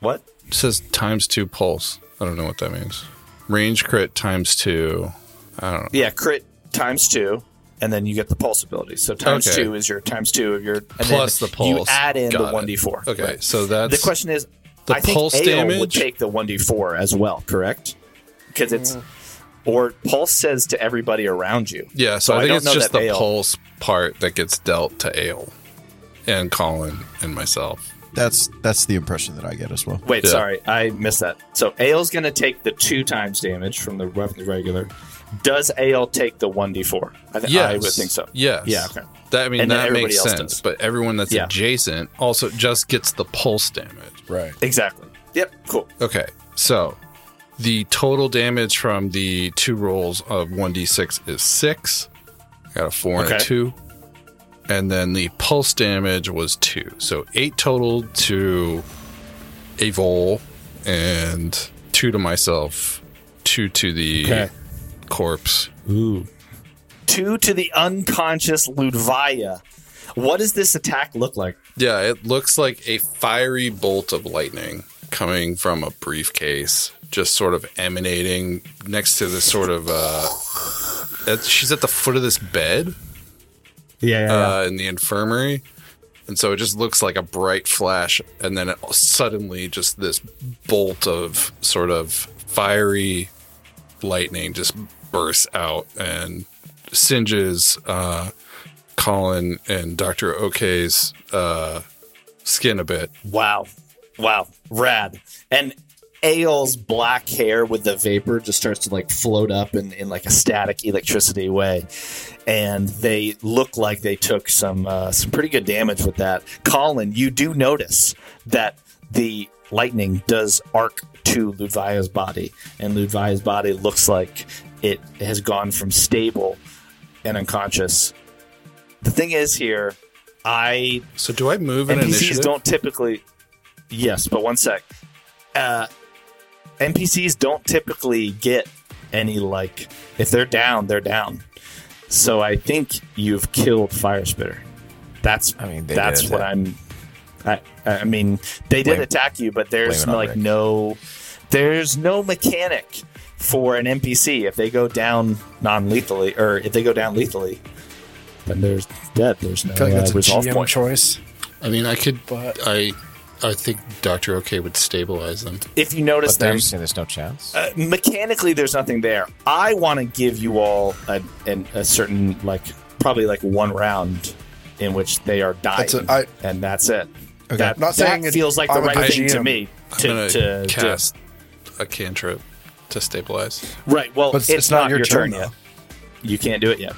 S4: What?
S7: It says times two pulse. I don't know what that means. Range crit times two. I don't know.
S4: Yeah, crit times two, and then you get the pulse ability. So times
S7: Okay.
S4: two is your times two of your and then
S7: Plus the
S4: You
S7: pulse.
S4: add in
S7: Got
S4: the
S7: it.
S4: one d four.
S7: Okay, so that's
S4: the question is,
S7: the
S4: I think
S7: pulse
S4: Ale would
S7: damage?
S4: take the one d four as well, correct? Because it's or pulse says to everybody around you.
S7: Yeah, so
S4: So
S7: I
S4: I
S7: think
S4: don't
S7: it's
S4: know
S7: just
S4: that
S7: the
S4: ale-
S7: pulse part that gets dealt to Ale and Colin and myself.
S6: That's that's the impression that I get as well.
S4: Wait,
S7: Yeah.
S4: sorry, I missed that. So Ale's going to take the two times damage from the rough the regular. Does Ale take the one d four? I think I would think so.
S7: Yes.
S4: Yeah. Okay.
S7: That, I mean,
S4: And then
S7: that
S4: everybody
S7: makes
S4: else
S7: sense,
S4: does.
S7: but everyone that's
S4: Yeah.
S7: adjacent also just gets the pulse damage.
S3: Right.
S4: Exactly. Yep. Cool.
S7: Okay, so the total damage from the two rolls of 1d6 is six. I got a four and a
S4: Okay.
S7: two. And then the pulse damage was two. So eight total to Avol and two to myself, two to the
S3: Okay.
S7: corpse.
S4: Two to the unconscious Ludvaya. What does this attack look like?
S7: Yeah, it looks like a fiery bolt of lightning coming from a briefcase, just sort of emanating next to this sort of. Uh, at, she's at the foot of this bed
S4: Yeah.
S7: uh, in the infirmary. And so it just looks like a bright flash, and then it, suddenly just this bolt of sort of fiery lightning just bursts out and singes uh, Colin and Dr. Ok's uh, skin a bit.
S4: Wow. Wow. Rad. And Ale's black hair with the vapor just starts to like float up in, in like a static electricity way. And they look like they took some uh, some pretty good damage with that. Colin, you do notice that the lightning does arc to Ludvia's body, and Ludvia's body looks like it has gone from stable and unconscious. The thing is here, I
S7: So do I move an
S4: NPCs
S7: initiative?
S4: don't typically. Yes, but one sec. Uh, NPCs don't typically get any like if they're down, they're down. So I think you've killed Fire Spitter. That's
S5: I mean, they
S4: that's
S5: did
S4: what
S5: attack.
S4: I'm. I I mean they did
S5: Blame-
S4: attack you, but there's
S5: blame it on
S4: like
S5: Rick.
S4: no there's no mechanic for an NPC if they go down non-lethally or if they go down lethally. Then there's dead. There's no
S3: I feel like
S4: uh,
S3: that's a
S4: resolve
S3: GM
S4: point.
S3: choice.
S7: I mean, I could.
S3: But-
S7: I I think Dr. OK would stabilize them.
S4: If you notice,
S5: But they're
S4: them,
S5: saying there's no chance.
S4: uh, mechanically there's nothing there i want to give you all a, an, a certain like probably like one round in which they are dying
S3: That's a- I-
S4: and that's it that,
S3: Not saying
S4: that
S3: it-
S4: feels like the
S3: I'm a
S4: right
S3: good
S4: thing to
S3: GM.
S4: me
S7: I'm
S4: to,
S7: gonna
S4: to do.
S7: cast a cantrip to stabilize.
S4: right well
S3: But
S4: it's, not, your, turn, yet you can't do it yet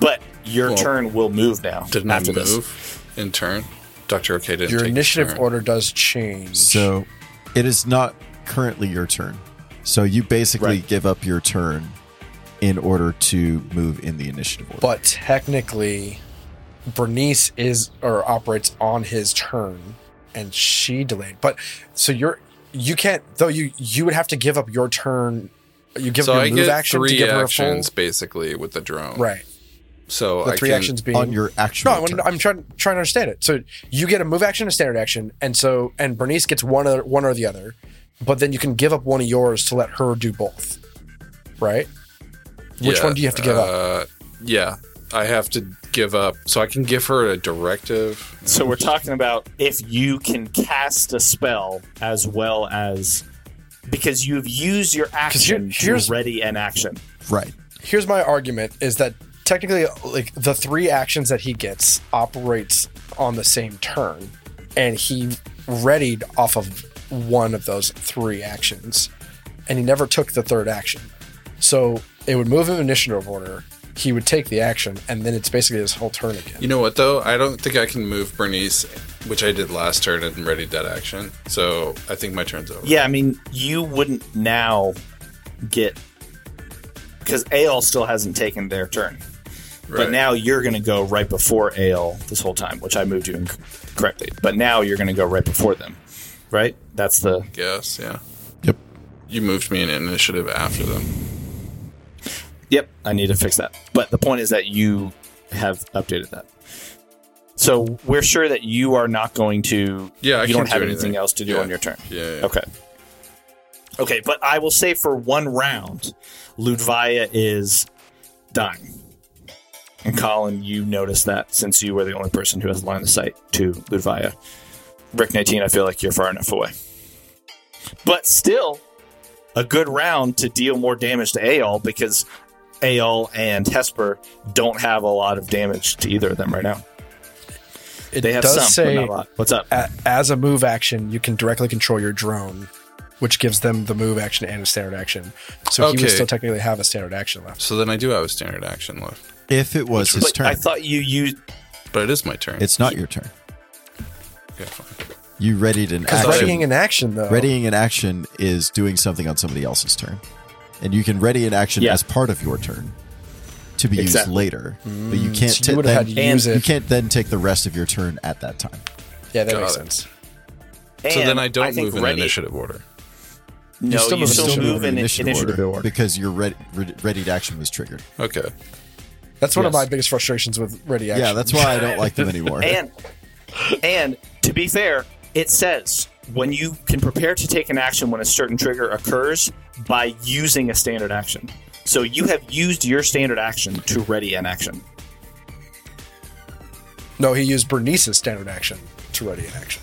S4: but your
S7: Well,
S4: turn will move now
S7: Didn't
S4: after
S7: I
S4: this
S7: move in turn? Dr. OK didn't
S3: Your
S7: take
S3: initiative
S7: turn.
S3: order does change.
S6: So it is not currently your turn. So you basically
S4: Right.
S6: give up your turn in order to move in the initiative order.
S3: but technically Bernice is or operates on his turn and she delayed. But so you're you can't though you you would have to give up your turn you give
S7: so
S3: up your
S7: I
S3: move
S7: get
S3: action to
S7: three
S3: give her a full
S7: actions basically with the drone.
S3: right.
S7: So
S3: The
S7: I
S3: three
S7: can,
S3: actions being
S6: on your actual
S3: No, I wanna-
S6: turn.
S3: I'm trying trying to understand it. So you get a move action, a standard action, and so and Bernice gets one or one or the other, but then you can give up one of yours to let her do both. Right? Which
S7: Yeah,
S3: one do you have to give up?
S7: Uh, yeah, I have to give up. So I can give her a directive.
S4: so we're talking about if you can cast a spell as well as because you've used your action
S3: here's-
S4: to ready an action
S6: right.
S3: here's my argument is that technically like the three actions that he gets operates on the same turn and he readied off of one of those three actions and he never took the third action so it would move him initiative order he would take the action and then it's basically his whole turn again
S7: You know what though? I don't think I can move Bernice, which I did last turn and readied that action. So I think my turn's over.
S4: Yeah, I mean, you wouldn't now get because Ale still hasn't taken their turn,
S7: Right.
S4: but now you're going to go right before Ale this whole time, which I moved you in correctly. But now you're going to go right before them, right? That's the
S7: guess yeah.
S6: Yep.
S7: You moved me an initiative after them.
S4: yep. I need to fix that. But the point is that you have updated that. So we're sure that you are not going to.
S7: Yeah, I
S4: you
S7: can't
S4: don't have
S7: do
S4: anything
S7: anything.
S4: else to do
S7: Yeah.
S4: on your turn.
S7: Yeah. yeah.
S4: Okay. Okay, but I will say for one round, Ludvia is dying. And Colin, you noticed that since you were the only person who has line of sight to Ludvia. Rick 19, I feel like you're far enough away. But still, a good round to deal more damage to Aol because Aol and Hesper don't have a lot of damage to either of them right now.
S3: It
S4: They have
S3: does
S4: some, but
S3: say
S4: not a lot. What's up?
S3: a- as a move action, you can directly control your drone, which gives them the move action and a standard action. So he
S7: Okay.
S3: would still technically have a standard action left.
S7: So then I do have a standard action left,
S6: If it was his
S4: But
S6: turn,
S4: I thought you used.
S7: but it is my turn.
S6: it's not your turn.
S7: Okay, fine.
S6: You readied an action.
S3: Readying an action though.
S6: Readying an action is doing something on somebody else's turn. And you can ready an action
S4: Yeah.
S6: as part of your turn to be
S4: Exactly.
S6: used later. But you can't
S3: Mm, So
S6: ta-
S3: you would
S6: then,
S3: have had to use
S6: you
S3: it.
S6: can't then take the rest of your turn at that time.
S3: Yeah, that
S7: Got
S3: makes
S7: it.
S3: sense.
S7: So then
S4: and
S7: I don't
S4: think
S7: move in
S4: ready-
S7: initiative order.
S4: No, you
S3: still
S4: still,
S3: move- still move
S4: move
S6: in
S4: in
S6: initiative
S4: initiative
S6: order,
S4: order.
S6: because your ready, ready, readied action was triggered.
S7: Okay.
S3: That's one of
S4: Yes.
S3: my biggest frustrations with ready action.
S6: Yeah, that's why I don't like them anymore.
S4: And and to be fair, it says when you can prepare to take an action when a certain trigger occurs by using a standard action. So you have used your standard action to ready an action.
S3: No, he used Bernice's standard action to ready an action.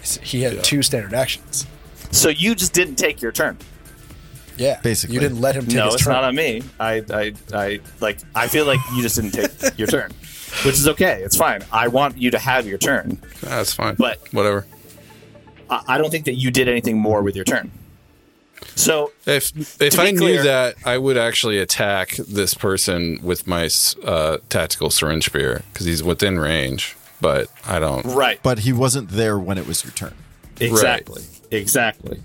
S3: S- He had two standard actions.
S4: So you just didn't take your turn.
S3: Yeah,
S6: Basically.
S3: you didn't let him take
S4: no,
S3: his
S4: it's
S3: turn.
S4: not on me. I, I I like I feel like you just didn't take your turn. Which is okay. It's fine. I want you to have your turn.
S7: That's fine.
S4: But-
S7: whatever.
S4: I, I don't think that you did anything more with your turn. So
S7: If if
S4: To be
S7: I knew
S4: clear-
S7: that, I would actually attack this person with my uh, tactical syringe spear because he's within range. But I don't.
S4: right.
S6: But he wasn't there when it was your turn.
S4: Exactly. Exactly.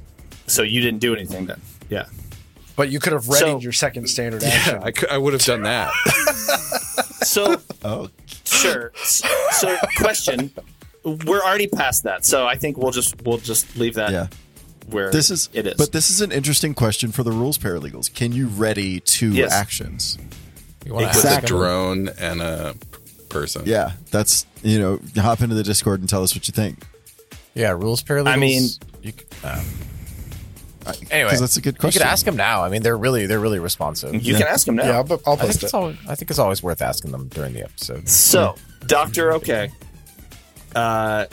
S4: So you didn't do anything then. Yeah.
S3: but you could have readied
S4: So-
S3: your second standard action.
S7: I, cou- I would have done that.
S4: So
S6: Oh,
S4: sure. S- So question. We're already past that. So I think we'll just we'll just leave that
S6: yeah.
S4: where
S6: This is
S4: it is.
S6: But this is an interesting question for the rules paralegals. Can you ready two
S4: Yes.
S6: actions?
S7: You want to have a
S4: Exactly.
S7: drone and a person.
S6: Yeah, that's you know, hop into the Discord and tell us what you think.
S5: Yeah, rules paralegals.
S4: I mean-
S5: you, c- um, anyway,
S6: 'Cause that's a good
S5: You
S6: question.
S5: could ask them now. I mean, they're really they're really responsive.
S4: you can ask him now.
S3: yeah, I'll, I'll
S5: I think
S3: post it.
S5: it's always, I think it's always worth asking them during the episode.
S4: So, Doctor, okay. Uh,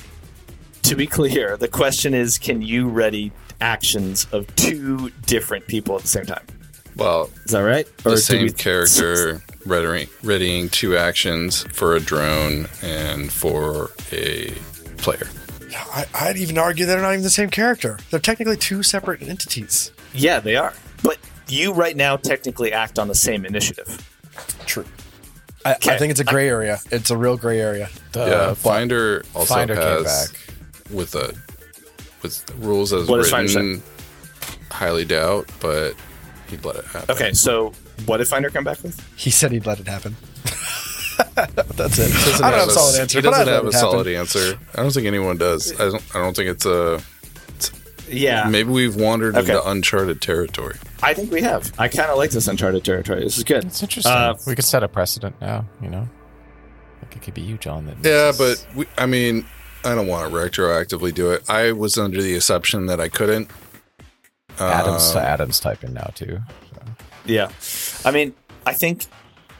S4: to be clear, the question is: Can you ready actions of two different people at the same time?
S7: Well,
S4: Is that right?
S7: the
S4: do
S7: same
S4: we-
S7: character readying, readying two actions for a drone and for a player.
S3: I, I'd even argue they're not even the same character. They're technically two separate entities.
S4: Yeah, they are. But you right now technically act on the same initiative.
S3: True. I, I
S4: Okay.
S3: think it's a gray area. It's a real gray area.
S5: The
S7: yeah, Finder also
S5: Finder came
S7: has
S5: back.
S7: with a with the rules as
S4: What does Finder
S7: written. Highly doubt, but he'd let it happen.
S4: Okay, so what did Finder come back with?
S3: He said he'd let it happen. That's it.
S7: doesn't
S3: I don't have
S7: have
S3: a solid
S7: s-
S3: answer.
S7: He
S3: but I'd let
S7: doesn't
S3: it
S7: have a
S3: happen.
S7: solid answer. I don't think anyone does. I don't. I don't think it's a.
S4: Yeah,
S7: Maybe we've wandered
S4: Ah. Okay.
S7: into uncharted territory.
S4: I think we have. I kind of like this uncharted territory. This is good.
S5: It's interesting.
S4: Uh,
S5: we could set a precedent now. You know, like it could be you, John. That
S7: Yeah,
S5: this
S7: but
S5: is-
S7: we, I mean, I don't want to retroactively do it. I was under the assumption that I couldn't.
S5: Adam's
S7: Um,
S5: Adam's typing now too.
S4: Yeah, I mean, I think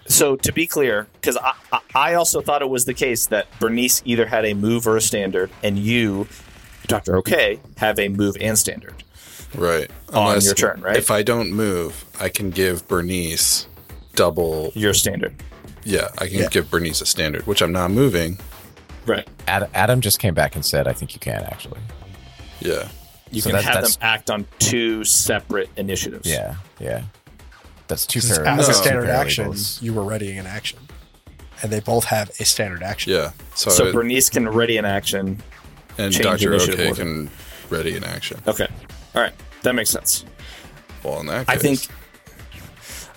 S4: so. To be clear, because I, I, I also thought it was the case that Bernice either had a move or a standard, and you, Doctor Okay, have a move and standard.
S7: Right.
S4: On your turn, right?
S7: If I don't move, I can give Bernice double.
S4: Your standard,
S7: Yeah, I can give Bernice a standard, which I'm not moving.
S4: right?
S5: Ad, Adam just came back and said, "I think you can actually."
S7: Yeah.
S4: You
S5: So
S4: can
S5: that-
S4: have them
S5: that's-
S4: act on two separate initiatives.
S5: Yeah, yeah. That's two
S3: Because
S5: fair.
S3: as
S7: No.
S3: a standard
S5: two
S3: action,
S5: paralegals.
S3: you were readying an action, and they both have a standard action.
S7: Yeah. So,
S4: So
S7: it-
S4: Bernice can ready an action.
S7: and
S4: change
S7: Doctor
S4: initiative
S7: OK
S4: order.
S7: can ready in action.
S4: Okay, all right, that makes sense.
S7: Well, in that
S4: I
S7: case,
S4: think.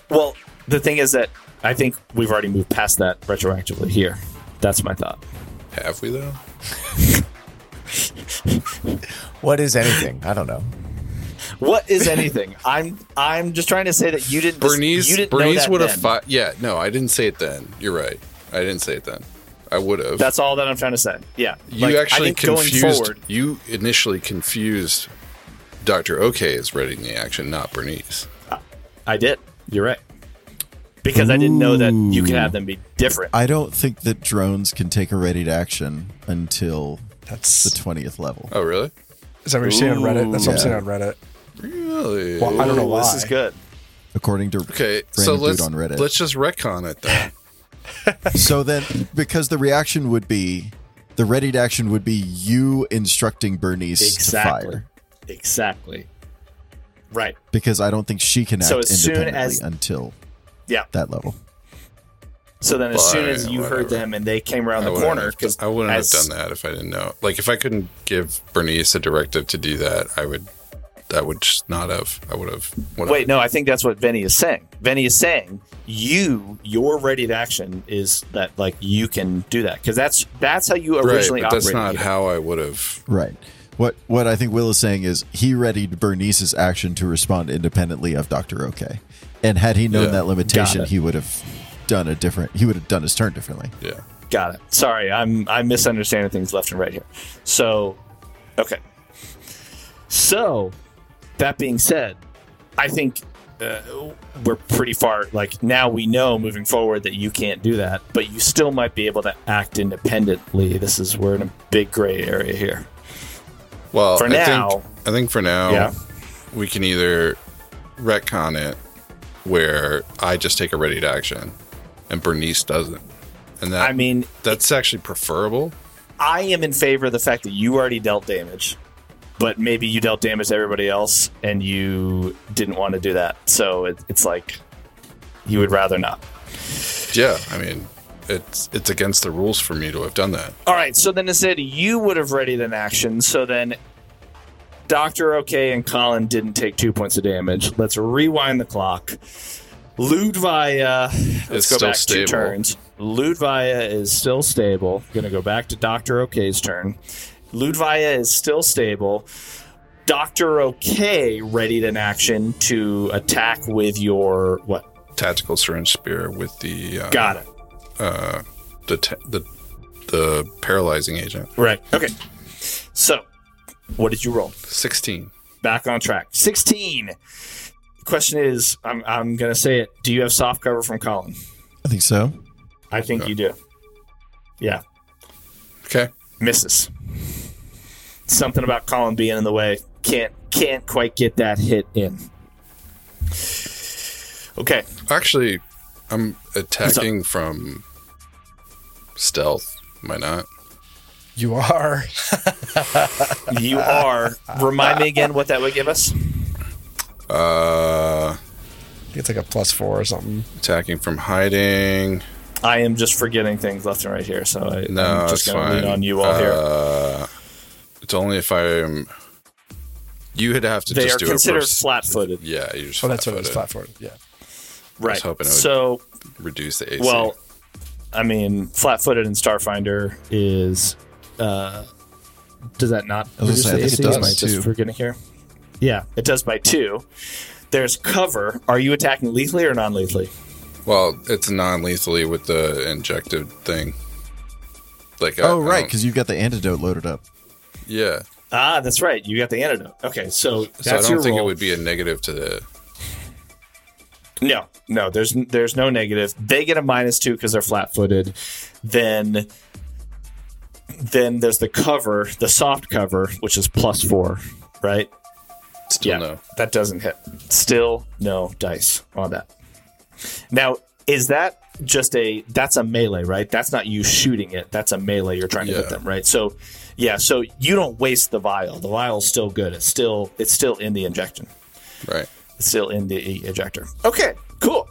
S4: Well, the thing is that I think we've already moved past that retroactively here. That's my thought.
S7: have we though?
S5: What is anything? I don't know.
S4: What is anything? I'm I'm just trying to say that you didn't.
S7: Bernice,
S4: you didn't know
S7: Bernice
S4: that
S7: would have
S4: then.
S7: fought. Yeah, no, I didn't say it then. You're right. I didn't say it then. I would have.
S4: That's all that I'm trying to say. Yeah,
S7: you
S4: Like, I
S7: actually
S4: think going
S7: confused.
S4: forward-
S7: You initially confused Dr. OK is readying the action, not Bernice.
S4: I did. You're right. Because I didn't know that you could have them be different.
S6: I don't think that drones can take a ready to action until
S3: That's
S6: the 20th level.
S7: Oh, really?
S3: is that what you're seeing on Reddit? That's what I'm
S6: Ooh.
S3: seeing on Reddit.
S7: Really?
S3: Well, I don't know
S4: Ooh,
S3: why.
S4: This is good.
S6: According to
S7: Okay, so
S6: Random dude
S7: let's
S6: on Reddit.
S7: let's just retcon it then.
S6: so then because the reaction would be the ready to action would be you instructing Bernice
S4: Exactly.
S6: to fire
S4: Exactly. Right.
S6: because I don't think she can act
S4: So as soon
S6: independently
S4: as-
S6: until
S4: Yeah.
S6: that level.
S4: So then, as soon as
S7: Fine,
S4: you
S7: whatever.
S4: heard them and they came around
S7: I
S4: the
S7: wouldn't
S4: corner,
S7: have-
S4: because
S7: I wouldn't have done that if I didn't know. Like if I couldn't give Bernice a directive to do that, I would I would just not have. I would have. whatever.
S4: Wait, no, I think that's what Venny is saying. Venny is saying you, your ready to action is that like you can do that because that's that's how you
S7: right,
S4: originally
S7: but
S4: operated.
S7: that's not
S4: here.
S7: how I would have.
S6: Right. What what I think Will is saying is he readied Bernice's action to respond independently of Doctor OK, and had he known
S7: Yeah.
S6: that limitation,
S4: Got it.
S6: he would have done a different. He would have done his turn differently.
S7: Yeah.
S4: Got it. Sorry, I'm I'm misunderstanding things left and right here. So, okay. So, that being said, I think uh, we're pretty far. Like now, we know moving forward that you can't do that, but you still might be able to act independently. This is we're in a big gray area here.
S7: Well,
S4: For
S7: I
S4: now-
S7: think, I think for now,
S4: Yeah.
S7: we can either retcon it where I just take a ready to action, and Bernice doesn't, and that
S4: I mean,
S7: that's actually preferable.
S4: I am in favor of the fact that you already dealt damage, but maybe you dealt damage to everybody else and you didn't want to do that. So it, it's like you would rather not.
S7: Yeah, I mean, it's it's against the rules for me to have done that.
S4: All right. So then instead, you would have readied an action. So then Dr. OK and Colin didn't take two points of damage. Let's rewind the clock. Ludvia
S7: It's
S4: let's go
S7: still
S4: back
S7: stable.
S4: two turns. Ludvia is still stable. Gonna go back to Dr. OK's turn. Ludvia is still stable. Dr. OK readied an action to attack with your what?
S7: Tactical syringe spear with the uh,
S4: Got it.
S7: uh, the, te- the the paralyzing agent.
S4: Right. Okay. So what did you roll?
S7: Sixteen.
S4: back on track. 16. Question is, I'm, I'm going to say it. Do you have soft cover from Colin?
S6: I think so.
S4: I think you do. Yeah.
S7: Okay.
S4: Misses. Something about Colin being in the way. Can't can't quite get that hit in. Okay.
S7: Actually, I'm attacking from stealth. Am I not?
S3: You are.
S4: You are. Remind me again what that would give us.
S7: Uh,
S3: It's like a plus four or something.
S7: attacking from hiding.
S4: I am just forgetting things left and right here, so I,
S7: No,
S4: I'm just
S7: it's
S4: going to lean
S7: fine.
S4: on you all here.
S7: Uh, it's only if I'm. You would have to
S4: They
S7: just
S4: are
S7: do
S4: considered
S7: a pers-
S4: flat-footed.
S7: Yeah, you just.
S3: Oh, that's what it was.
S7: flat-footed.
S3: Platform. Yeah.
S4: right.
S7: hoping it would-
S4: so
S7: Reduce the AC.
S4: Well, I mean, flat-footed and Starfinder is. Uh, does that not?
S6: I
S4: reduce
S6: was gonna
S4: the
S6: say, I think it
S4: AC?
S6: does
S4: Am I
S6: too.
S4: Just forgetting here. Yeah, it does by two. There's cover. Are you attacking lethally or non-lethally?
S7: well, it's non-lethally with the injected thing. Like I-
S6: oh
S7: I
S6: right,
S7: don't-
S6: because you've got the antidote loaded up.
S7: yeah.
S4: Ah, that's right. You got the antidote. Okay, so that's
S7: So I
S4: your
S7: don't think
S4: roll.
S7: it would be a negative to the.
S4: No, no. There's there's no negative. They get a minus two because they're flat-footed. Then, then there's the cover, the soft cover, which is plus four, right?
S7: Still no.
S4: That doesn't hit. Still no dice on that. Now, is that just a that's a melee, right? That's not you shooting it. That's a melee you're trying to
S7: Yeah.
S4: hit them, right? So yeah, so you don't waste the vial. The vial's still good. It's still it's still in the injection.
S7: Right.
S4: It's still in the ejector. Okay, cool.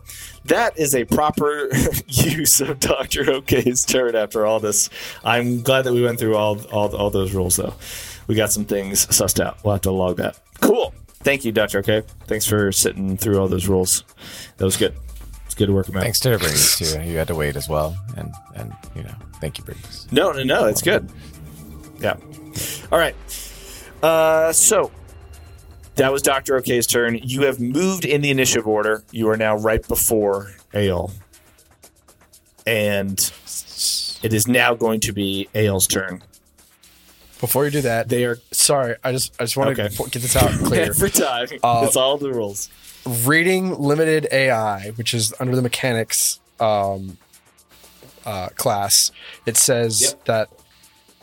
S4: That is a proper use of Doctor OK's turn after all this. I'm glad that we went through all all, all those rules though. We got some things sussed out. We'll have to log that. Cool. Thank you, Doctor OK. Thanks for sitting through all those rules. That was good. It's good to work them out.
S5: Thanks to Bernice too. You had to wait as well, and and you know, thank you, Bernice.
S4: No, no, no. It's good. Yeah. All right. Uh, so that was Doctor OK's turn. You have moved in the initiative order. You are now right before Ale, and it is now going to be Ale's turn.
S3: Before you do that,
S4: They are
S3: sorry, I just I just want
S4: Okay.
S3: to get this out clear.
S4: every time.
S3: Uh,
S4: it's all the rules.
S3: reading limited AI, which is under the mechanics um, uh, class, it says
S4: Yep.
S3: that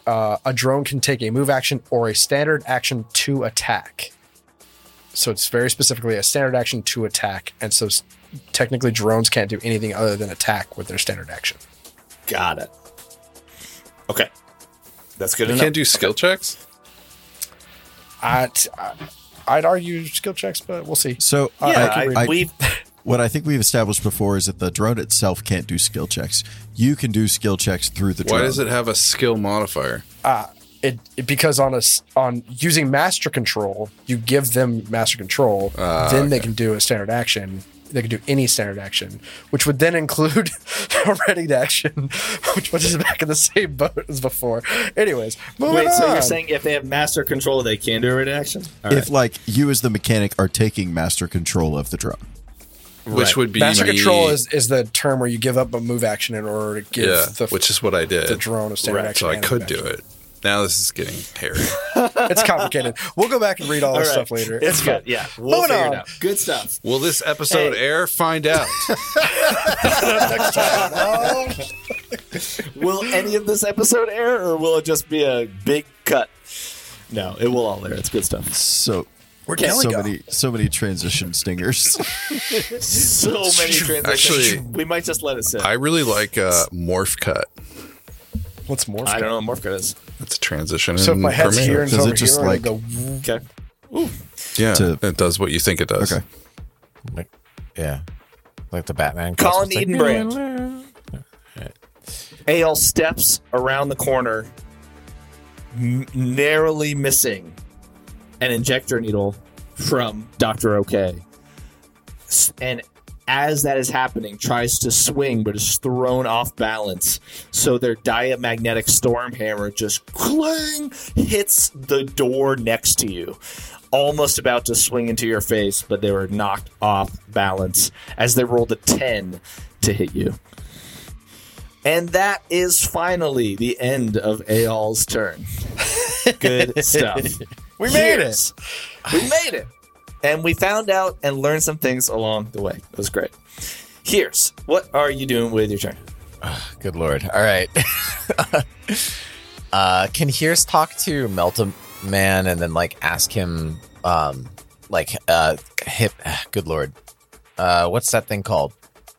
S3: uh, a drone can take a move action or a standard action to attack. So it's very specifically a standard action to attack, and so s- technically drones can't do anything other than attack with their standard action.
S4: Got it. Okay, that's good
S7: You
S4: enough.
S7: can't do skill checks?
S3: I'd, I'd argue skill checks, but we'll see.
S6: So uh,
S4: yeah,
S6: I-
S4: I,
S6: I-
S4: we've
S6: what I think we've established before is that the drone itself can't do skill checks. You can do skill checks through the
S7: Why
S6: drone.
S7: does it have a skill modifier?
S3: It, it because on a s on using master control, you give them master control,
S7: Ah,
S3: then they can do a standard action. They can do any standard action, which would then include a ready action, which puts us back in the same boat as before. Anyways, moving
S4: wait.
S3: on.
S4: So you're saying if they have master control, they can do a reaction? All right.
S6: If like you as the mechanic are taking master control of the drone.
S7: Which would be
S3: master
S7: me-
S3: control is, is the term where you give up a move action in order to give
S7: yeah,
S3: the
S7: which is what I did.
S3: the drone a standard action.
S7: so I
S3: and a
S7: could
S3: move action.
S7: do it. Now this is getting hairy.
S3: It's complicated. We'll go back and read all,
S4: All
S3: this
S4: right.
S3: stuff later.
S4: It's good. Yeah, we'll
S3: Moving
S4: figure
S3: on.
S4: it out. Good stuff.
S7: Will this episode air? Find out.
S4: Will any of this episode air, or will it just be a big cut? No, it will all air. It's good stuff.
S6: So
S3: We're
S6: so
S3: killing it.
S6: many so many transition stingers.
S4: So many transitions.
S7: Actually-
S4: we might just let it sit.
S7: I
S4: I,
S7: really like uh, morph cut.
S3: What's more?
S4: don't know what morph cut is.
S7: That's a transition.
S3: So if my head's
S7: for me.
S3: here and
S6: Mm,
S3: it's
S6: Does
S3: over
S6: it just
S3: here, I
S6: like-
S3: go
S4: Okay.
S7: yeah,
S6: to-
S7: it does what you think it does.
S6: Okay.
S5: Like, yeah. Like the Batman.
S4: Colin
S5: classic, like,
S4: Edenbrand. Ale steps around the corner, n- narrowly missing an injector needle from Dr. OK. S- And as that is happening, tries to swing but is thrown off balance. So their diamagnetic storm hammer just clang hits the door next to you. Almost about to swing into your face, but they were knocked off balance as they rolled a 10 to hit you. And that is finally the end of Aol's turn. Good stuff.
S3: We made it.
S4: Cheers. We made it. And we found out and learned some things along the way. It was great. Here's what are you doing with your turn?
S5: Good lord. All right. uh, can Hears talk to Melta Man and then like ask him, um, like uh, hip? Good lord. Uh, what's that thing called?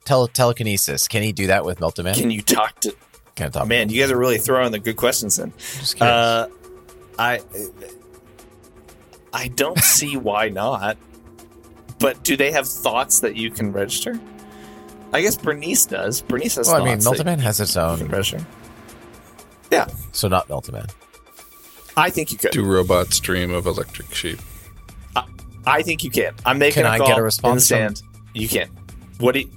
S5: Tele- telekinesis. Can he do that with Melta Man?
S4: Can you talk to oh,
S5: Can I talk?
S4: man? You guys are really throwing the good questions in.
S5: Just curious.
S4: Uh, I I don't see why not. But do they have thoughts that you can register? I guess Bernice does. Bernice has
S5: well, I
S4: thoughts.
S5: mean, Melta
S4: that
S5: Man has its
S4: you can
S5: own,
S4: register. Yeah,
S5: so not Melta Man.
S4: I think you could.
S7: Do robots dream of electric sheep?
S4: I think you can. I'm making
S5: Can
S4: a
S5: I
S4: call
S5: get a response
S4: in the
S5: from-
S4: sand. You can. What do you,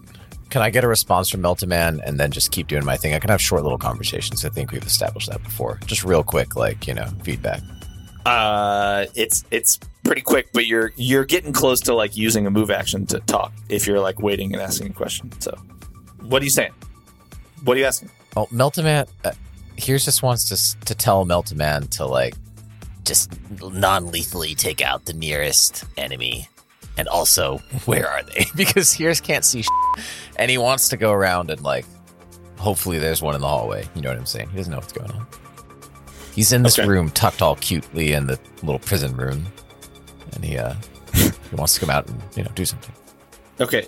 S5: Can I get a response from Melta Man and then just keep doing my thing? I can have short little conversations. I think we've established that before. Just real quick, like you know, feedback.
S4: uh it's it's pretty quick but you're you're getting close to like using a move action to talk if you're like waiting and asking a question so what are you saying what are you asking
S5: Well, Meltaman, uh, here's just wants to s- to tell Meltaman to like
S9: just non-lethally take out the nearest enemy.
S5: and also where are they because here's can't see shit, and he wants to go around and like hopefully there's one in the hallway you know what i'm saying he doesn't know what's going on he's in this
S4: Okay.
S5: room tucked all cutely in the little prison room and he uh he wants to come out and you know do something
S4: okay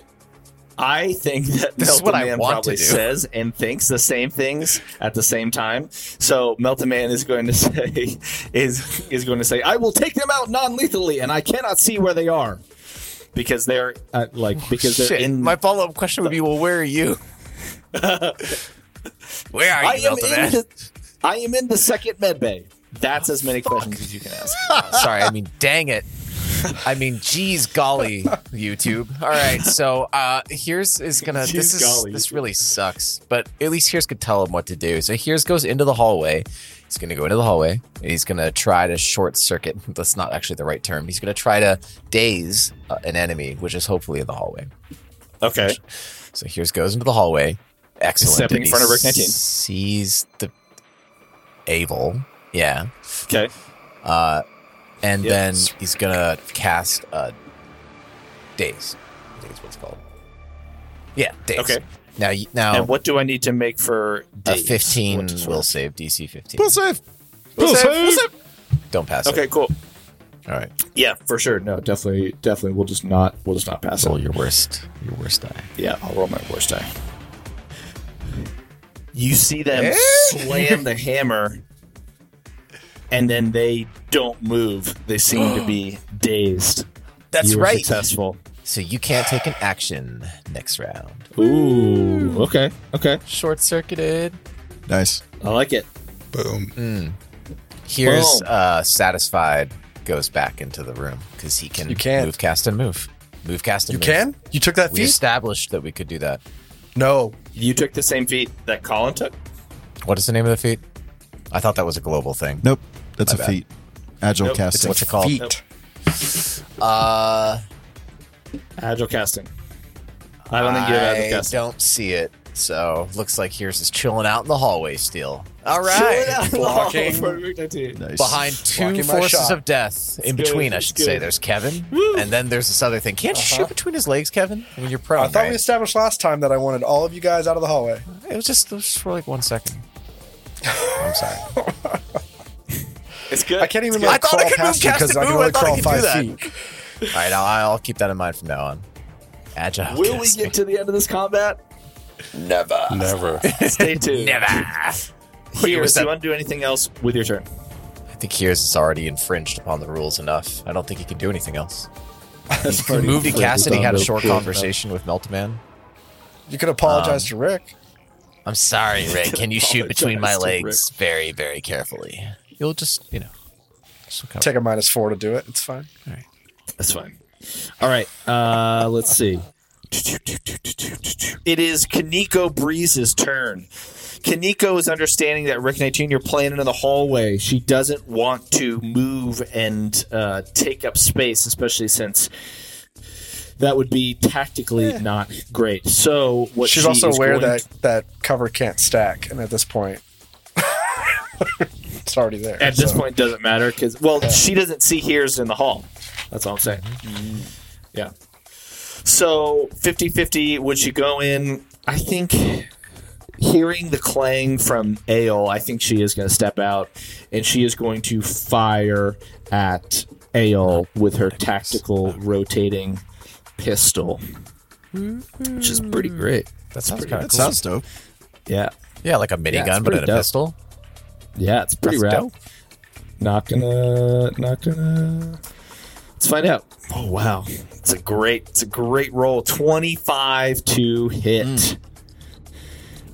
S4: i think that
S5: This is what I
S4: Meltaman
S5: want to
S4: probably
S5: do.
S4: says and thinks the same things at the same time so meltaman is going to say is is going to say i will take them out non-lethally and i cannot see where they are because they're uh, like
S5: Oh,
S4: because they're in
S5: follow-up question would be well where are you where are
S4: I am, in the, I am in the second med bay. That's as many questions as you can ask.
S5: Oh, sorry. I mean, dang it. I mean, geez, golly, YouTube. All right, so uh here's is gonna.
S4: Geez,
S5: this is
S4: golly.
S5: this really sucks, but at least here's could tell him what to do. So here's goes into the hallway. He's gonna go into the hallway. And he's gonna try to short circuit. That's not actually the right term. He's gonna try to daze uh, an enemy, which is hopefully in the hallway.
S4: Okay.
S5: So here's goes into the hallway. Excellent.
S4: Stepping
S5: Did
S4: in front of
S5: he
S4: Rick 19.
S5: Sees the Avel Yeah.
S4: Okay.
S5: Uh, and
S4: Yep.
S5: then he's gonna cast uh, days. I think is what it's called. Yeah, days.
S4: Okay.
S5: Now, y- now
S4: And what do I need to make for
S5: Oh. a
S4: days?
S5: fifteen
S4: What is-
S5: will save DC fifteen.
S6: Will save.
S4: Will save, will save.
S5: Don't pass
S4: Okay,
S5: it.
S4: cool.
S5: All right.
S4: Yeah, for sure. No, definitely, definitely. We'll just not. We'll just not pass
S5: Roll
S4: it.
S5: your worst. Your worst die.
S4: Yeah, I'll roll my worst die. You see them
S5: Eh?
S4: slam the hammer, and then they don't move. They seem to be dazed.
S5: That's
S4: You were
S5: right.
S4: Successful.
S5: So you can't take an action next round.
S4: Ooh. Okay. Okay.
S5: Short circuited.
S6: Nice.
S4: I like it.
S7: Boom.
S5: Here's
S4: Boom.
S5: uh, satisfied goes back into the room because he can
S3: You can't.
S5: move, cast, and move. Move, cast, and
S3: You
S5: move.
S3: can? You took that
S5: We
S3: feat?
S5: established that we could do that.
S3: No.
S4: You took the same feat that Colin took.
S5: What is the name of the feat? I thought that was a global thing.
S6: Nope. That's
S5: My
S6: a
S5: bad.
S6: feat. Agile
S4: Nope,
S6: casting.
S5: What's it called?
S3: Feat.
S4: Nope.
S5: Uh,
S4: Agile casting. I don't think you have agile
S5: I
S4: casting.
S5: don't see it. So looks like here's is chilling out in the hallway still. All
S4: Right.
S5: right,
S3: Blocking.
S6: Nice.
S5: behind two
S3: Blocking my
S5: forces
S3: shot.
S5: of death. In
S4: good,
S5: between, I
S4: it's
S5: should
S4: good. Uh-huh.
S5: say. There's Kevin, and then there's this other thing. Can't you shoot between his legs, Kevin? I mean, you're prone.
S3: I thought
S5: right?
S3: we established last time that I wanted all of you guys out of the hallway.
S5: It was just, it was just for like one second. I'm sorry.
S4: It's good.
S3: I can't even
S5: I
S3: like
S5: thought
S3: crawl
S5: I could move
S3: past you
S5: cast
S3: because
S5: and
S3: I can
S5: move. I
S3: only
S5: thought I
S3: crawl
S5: could do
S3: five
S5: that.
S3: feet.
S5: All right, I'll, I'll keep that in mind from now on. Agile.
S4: Will we
S5: cast.
S4: get to the end of this combat? Never.
S7: Never.
S4: Stay tuned.
S5: Never.
S4: Here,
S5: was
S4: do
S5: that-
S4: you want to do anything else with your turn?
S5: I think Hears has already infringed upon the rules enough. I don't think he can do anything else. He
S4: already
S5: moved to
S4: infringed
S5: Cassidy,
S4: upon
S5: had a
S4: the
S5: short
S4: rules
S5: conversation with Meltman.
S3: You could
S4: Um,
S3: apologize to Rick.
S9: I'm sorry, Rick. Can you shoot between my
S4: Apologize to
S9: legs very, very carefully?
S5: You'll just, you know. just look up.
S3: Take a minus four to do it. It's fine.
S4: That's fine. All right. Uh, let's see. It is Kaniko Breeze's turn. Kaniko is understanding that Rick and 18 are playing into the hallway. She doesn't want to move and uh, take up space, especially since that would be tactically not great. So what
S3: Eh. She's
S4: she
S3: also
S4: is
S3: aware
S4: going
S3: that that cover can't stack, and at this point, it's already there.
S4: at this
S3: so.
S4: point doesn't matter because well she doesn't see hears in the hall that's all i'm saying yeah so 50-50 would she go in i think hearing the clang from ale i think she is going to step out and she is going to fire at ale with her tactical rotating pistol which is pretty great
S5: That sounds kind
S6: That
S5: of cool.
S6: sounds dope.
S4: yeah
S5: Yeah, like a minigun,
S4: it's
S5: but
S4: pretty
S5: in a
S4: dope.
S5: pistol.
S4: Yeah, it's pretty
S5: That's
S4: rad.
S5: dope.
S4: Not gonna, not gonna. Let's find out. Oh wow, it's a great, it's a great roll. Twenty-five to hit. Mm.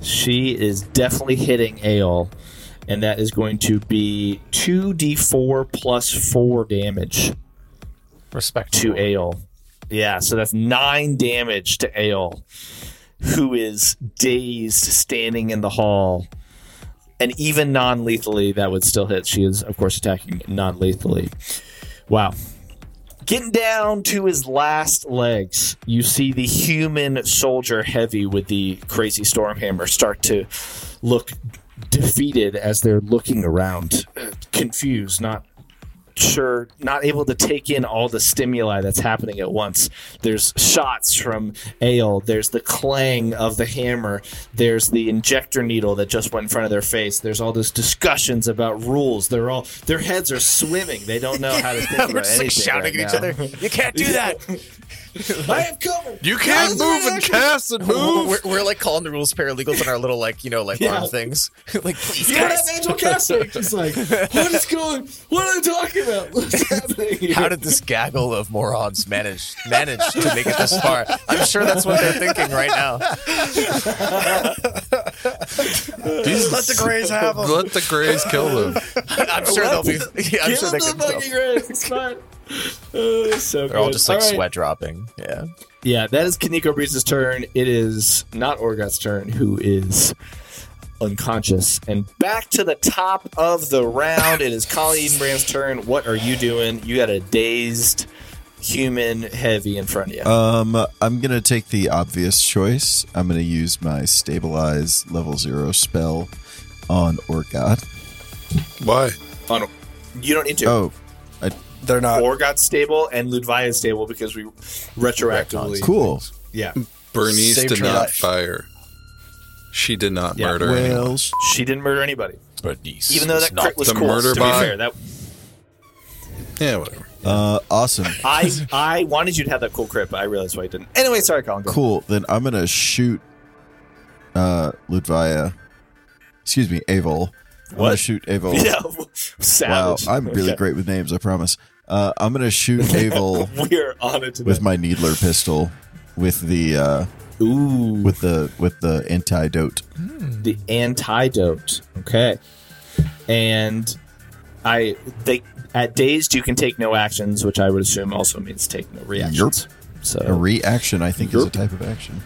S4: She is definitely hitting Ale, and that is going to be two d four plus four damage
S5: Respect
S4: to Ale. Yeah, so that's nine damage to Ale, who is dazed, standing in the hall. And even non lethally, that would still hit. She is, of course, attacking non lethally. Wow. Getting down to his last legs, you see the human soldier heavy with the crazy storm hammer start to look defeated as they're looking around, uh, confused, not sure not able to take in all the stimuli that's happening at once there's shots from ale there's the clang of the hammer there's the injector needle that just went in front of their face there's all these discussions about rules they're all their heads are swimming they don't know how to think about
S5: We're just
S4: anything
S5: like shouting
S4: right
S5: at each
S4: now.
S5: other. You can't do that.
S4: i have cover
S7: You can't move and cast and
S5: We're,
S7: move.
S5: we're- we're, like calling the rules paralegals in our little like you know like arm things. like please,
S4: you don't have angel casting just like what is going what are they talking about what's happening here?
S5: how did this gaggle of morons manage manage to make it this far? I'm sure that's what they're thinking right now.
S3: let the Greys have them.
S7: Let the Greys kill them.
S5: I'm sure they'll be. Yeah, I'm
S4: Give
S5: sure
S4: them
S5: they
S4: to
S5: can.
S4: the fucking
S5: They're
S4: graves. It's fine. Uh, so good.
S5: all just like
S4: right.
S5: sweat dropping. Yeah.
S4: Yeah, that is Kaneko Breeze's turn. It is not Orgat's turn, who is unconscious. And back to the top of the round. it is Colin Edenbrand's turn. What are you doing? You got a dazed human heavy in front of you.
S6: Um, I'm gonna take the obvious choice. I'm gonna use my stabilize level zero spell on Orgot
S7: Why?
S4: Oh, no. You don't need to.
S6: Oh,
S3: They're not.
S4: Orgot's stable and Ludvia is stable because we retroactively.
S6: cool.
S4: Yeah.
S7: Bernice
S3: Saved
S7: did
S3: her
S7: not
S3: life.
S7: fire. She did not
S4: Yeah.
S7: murder. anyone.
S6: Well, sh-
S4: She didn't murder anybody.
S5: Bernice.
S4: Even though that crit was
S7: the
S4: cool. to
S7: murder
S4: be
S7: bot.
S4: fair, that
S7: Yeah, whatever.
S6: uh, awesome.
S4: I I wanted you to have that cool crit, but I realized why you didn't. Anyway, sorry, Colin. go.
S6: Cool. Then I'm gonna shoot uh Ludvia. Excuse me, Avol. I'm gonna
S4: What?
S6: shoot Avol.
S4: Yeah,
S6: wow,
S4: savage.
S6: I'm really great with names, I promise. Uh, I'm gonna shoot Avol
S4: We're on it today.
S6: with my needler pistol with the uh,
S4: Ooh,
S6: with the with the antidote.
S4: the antidote. Okay, and I they at dazed you can take no actions, which I would assume also means take no reactions.
S6: A
S4: So
S6: reaction, I think, is a
S4: Yerp.
S6: type of action.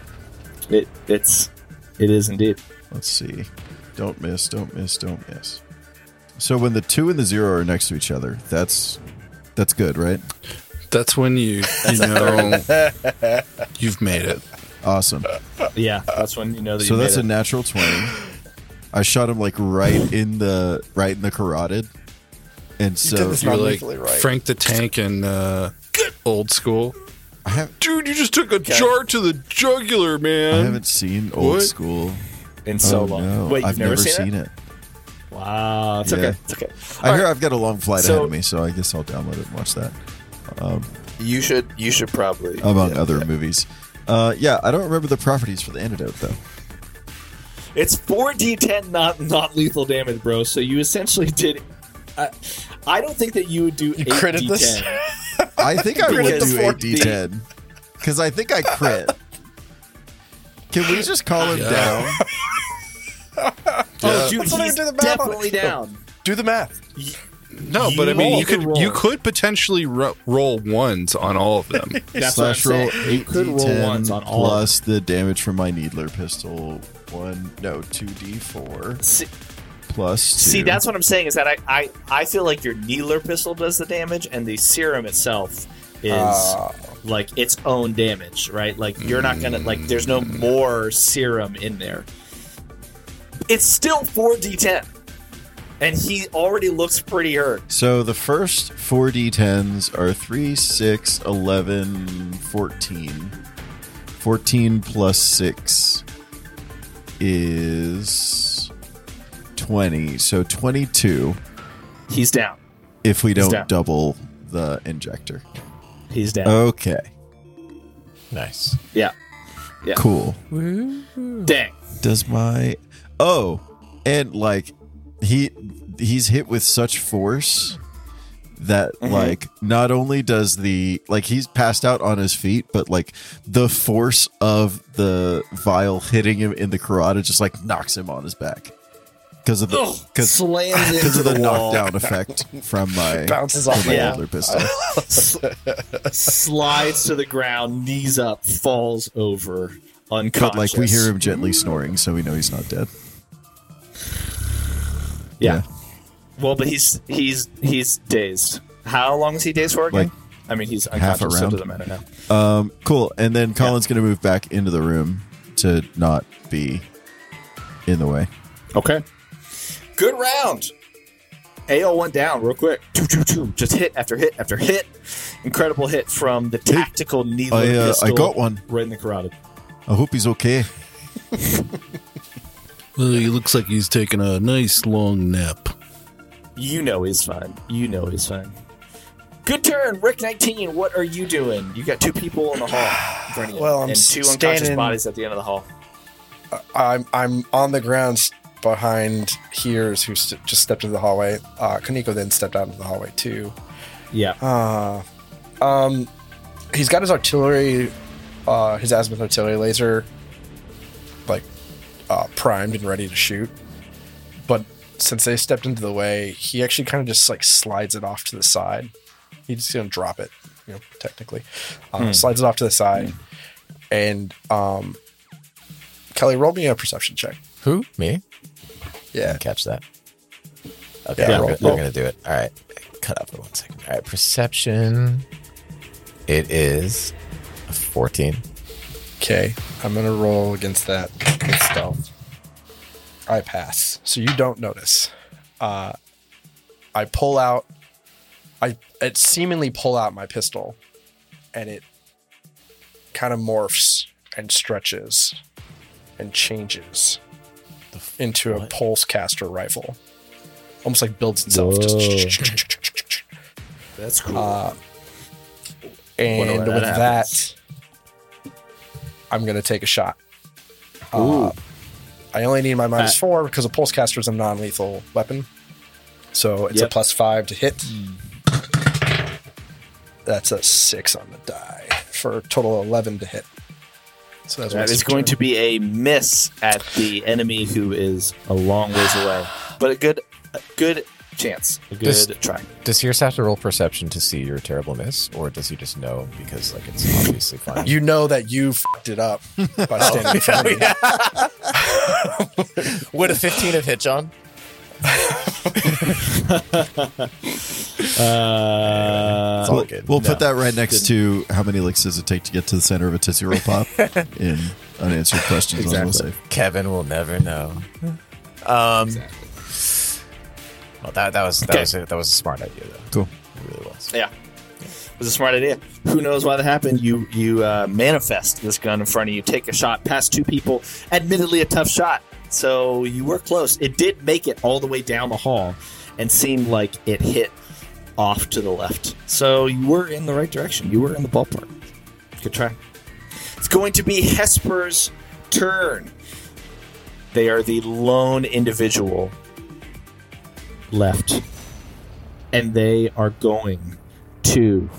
S4: it it's it is indeed.
S6: Let's see. Don't miss, don't miss, don't miss. So when the two and the zero are next to each other, that's that's good, right?
S7: That's when you you know you've made it.
S6: Awesome.
S4: Yeah, that's when you know that.
S6: Uh, So
S4: Uh, you
S6: that's a
S4: made
S6: natural twenty. I shot him like right in the right in the carotid, and so
S3: this- It's
S7: You're
S3: not
S7: like
S3: legally right.
S7: Frank the Tank and uh, old school.
S6: I, have,
S7: Dude, you just took a jar to the jugular,
S6: I
S7: man.
S6: haven't seen old
S7: What?
S6: school
S4: it in so
S6: Oh,
S4: long.
S6: no.
S4: Wait, you've
S6: I've
S4: never,
S6: never
S4: seen, it?
S6: seen it.
S4: Wow, it's
S6: Yeah.
S4: okay. It's okay.
S6: I hear I've got a long flight
S4: So-
S6: ahead of me, so I guess I'll download it and watch that
S4: You should you should probably
S6: among other movies. Uh, yeah, I don't remember the properties for the antidote though.
S4: It's 4d10 not not lethal damage, bro. So you essentially did. I I don't think that you would do
S3: You
S4: 8d10.
S3: critted this?
S6: I think I would
S4: Because
S6: do
S4: the
S6: a D10 because I think I crit. Can we just call him
S7: Yeah.
S6: down?
S4: Oh, dude,
S3: That's what I
S4: he's
S3: did the math on.
S4: definitely down.
S3: Do the math.
S7: No, but I
S4: You
S7: mean, you
S4: rolled.
S7: could you could potentially ro- roll ones on all of them.
S4: That's what I'm
S6: slash roll
S4: saying. You
S6: eight
S4: could roll ones on
S6: d10
S4: all. of
S6: plus the damage from my needler pistol. One no two d4
S4: them. See,
S6: plus. Two.
S4: see, that's what I'm saying is that I, I I feel like your kneeler pistol does the damage, and the serum itself is
S3: Ah.
S6: Oh.
S4: like its own damage, right? Like you're not gonna like. There's no
S6: Mm.
S4: more serum in there. It's still 4d10, and he already looks pretty hurt.
S6: so the first four d10s are 3, 6, 11, 14. 14 plus 6 is 20. So 22
S4: He's down.
S6: if we
S4: down.
S6: don't double the injector.
S4: He's down.
S6: Okay,
S5: Nice.
S4: Yeah.
S6: cool.
S4: Dang.
S6: Does my oh, and like he he's hit with such force that like not only does the like he's passed out on his feet, but like the force of the vial hitting him in the carotid just like knocks him on his back because of the because
S4: Slams
S6: because
S4: into
S6: of the
S4: the wall.
S6: knockdown effect from my
S3: Bounces off
S6: from my
S4: Yeah.
S6: older pistol.
S4: Slides to the ground, knees up, falls over,
S6: But
S4: unconscious.
S6: like we hear him gently snoring, so we know he's not dead.
S4: Yeah. Well, but he's he's he's dazed. How long is he dazed for again?
S6: Like,
S4: I mean, he's
S6: half a
S4: unconscious, so it
S6: round.
S4: doesn't matter now.
S6: Um, cool. And then Colin's going to move back into the room to not be in the way.
S4: Okay. Good round. AO went down real quick. Choo, choo, choo. Just hit after hit after hit. Incredible hit from the tactical needle
S6: I, uh,
S4: pistol.
S6: I got one.
S4: right in the carotid.
S6: I hope he's okay.
S7: Well, he looks like he's taking a nice long nap.
S4: You know he's fine. You know he's fine. Good turn, Rick. Nineteen. What are you doing? You got two people in the hall. in front of you,
S3: Well, I'm
S4: and two unconscious
S3: standing-
S4: bodies at the end of the hall.
S3: I'm I'm on the ground s- behind Hears, who st- just stepped into the hallway. Uh, Kaneko then stepped out into the hallway too.
S4: Yeah.
S3: Uh, um, he's got his artillery, uh, his azimuth artillery laser, like uh, primed and ready to shoot. But since they stepped into the way, he actually kind of just like slides it off to the side. He's just gonna drop it, you know, technically. Uh, Slides it off to the side, and um, Kelly, roll me a perception check.
S5: Who? Me?
S3: Yeah.
S5: Catch that. Okay,
S3: Yeah,
S5: I'm,
S3: roll,
S5: gonna,
S3: roll.
S5: I'm gonna do it. All right, cut off for one second. All right, perception. It is a fourteen.
S3: Okay, I'm gonna roll against that with stealth. I pass, so you don't notice. Uh, I pull out, I it seemingly pull out my pistol, and it kind of morphs and stretches and changes into a pulse caster rifle. Almost like builds itself. Just
S4: That's cool.
S3: Uh, and
S4: Wonder why
S3: with
S4: that
S3: that, I'm gonna take a shot. Uh, I only need my minus four because a pulse caster is a non-lethal weapon, so it's a
S4: Yep.
S3: plus five to hit.
S4: Hmm.
S3: That's a six on the die for a total of eleven to hit. So that's
S4: that is going to be a miss at the enemy who is a long ways away, but a good, a good chance, a good
S5: This-
S4: try.
S5: Does Hearse have to roll perception to see your terrible miss, or does he just know because like it's obviously fine?
S3: You know that you fucked it up by standing in front of me.
S5: would a fifteen have hit, John?
S4: Uh,
S5: It's all
S6: We'll,
S5: good.
S6: we'll put that right next to how many licks does it take to get to the center of a Tootsie Roll Pop in unanswered questions on Will Save.
S5: Kevin will never know. Um. Well, that that was that
S4: Okay.
S5: was a, that was a smart idea though.
S6: Cool.
S5: It really was.
S4: yeah, it was a smart idea. Who knows why that happened? You you uh, manifest this gun in front of you, take a shot past two people. Admittedly, a tough shot. So you were close. It did make it all the way down the hall, and seemed like it hit off to the left. So you were in the right direction. You were in the ballpark. Good try. It's going to be Hesper's turn. They are the lone individual left. And they are going to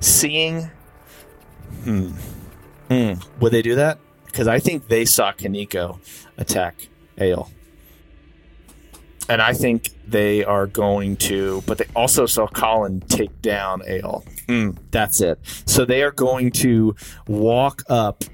S4: seeing. Hmm. Hmm. Would they do that? Because I think they saw Kaneko attack Ale. And I think they are going to, but they also saw Colin take down Ale. Hmm. that's it. So they are going to walk up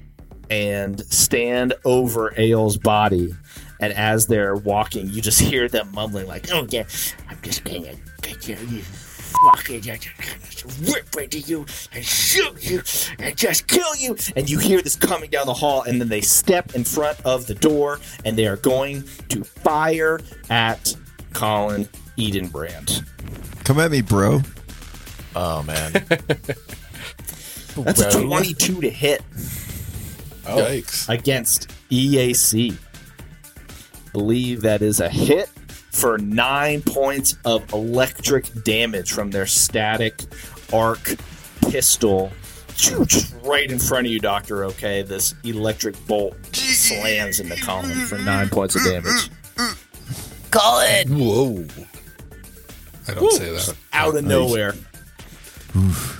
S4: and stand over Ale's body. And as they're walking, you just hear them mumbling, like,
S10: Oh, yeah. I'm just gonna get you, you fucking. I'm gonna rip into you and shoot you and just kill you.
S4: and you hear this coming down the hall, and then they step in front of the door, and they are going to fire at Colin Edenbrand.
S6: Come at me, bro.
S5: Oh man.
S4: That's a 22 to hit
S3: Oh.
S7: Yikes.
S4: against EAC. Believe that is a hit for nine points of electric damage from their static arc pistol. Just Right in front of you, Doctor. Okay, this electric bolt slams into Colin for nine points of damage.
S11: Colin!
S7: Whoa. I don't say that.
S4: out of nowhere.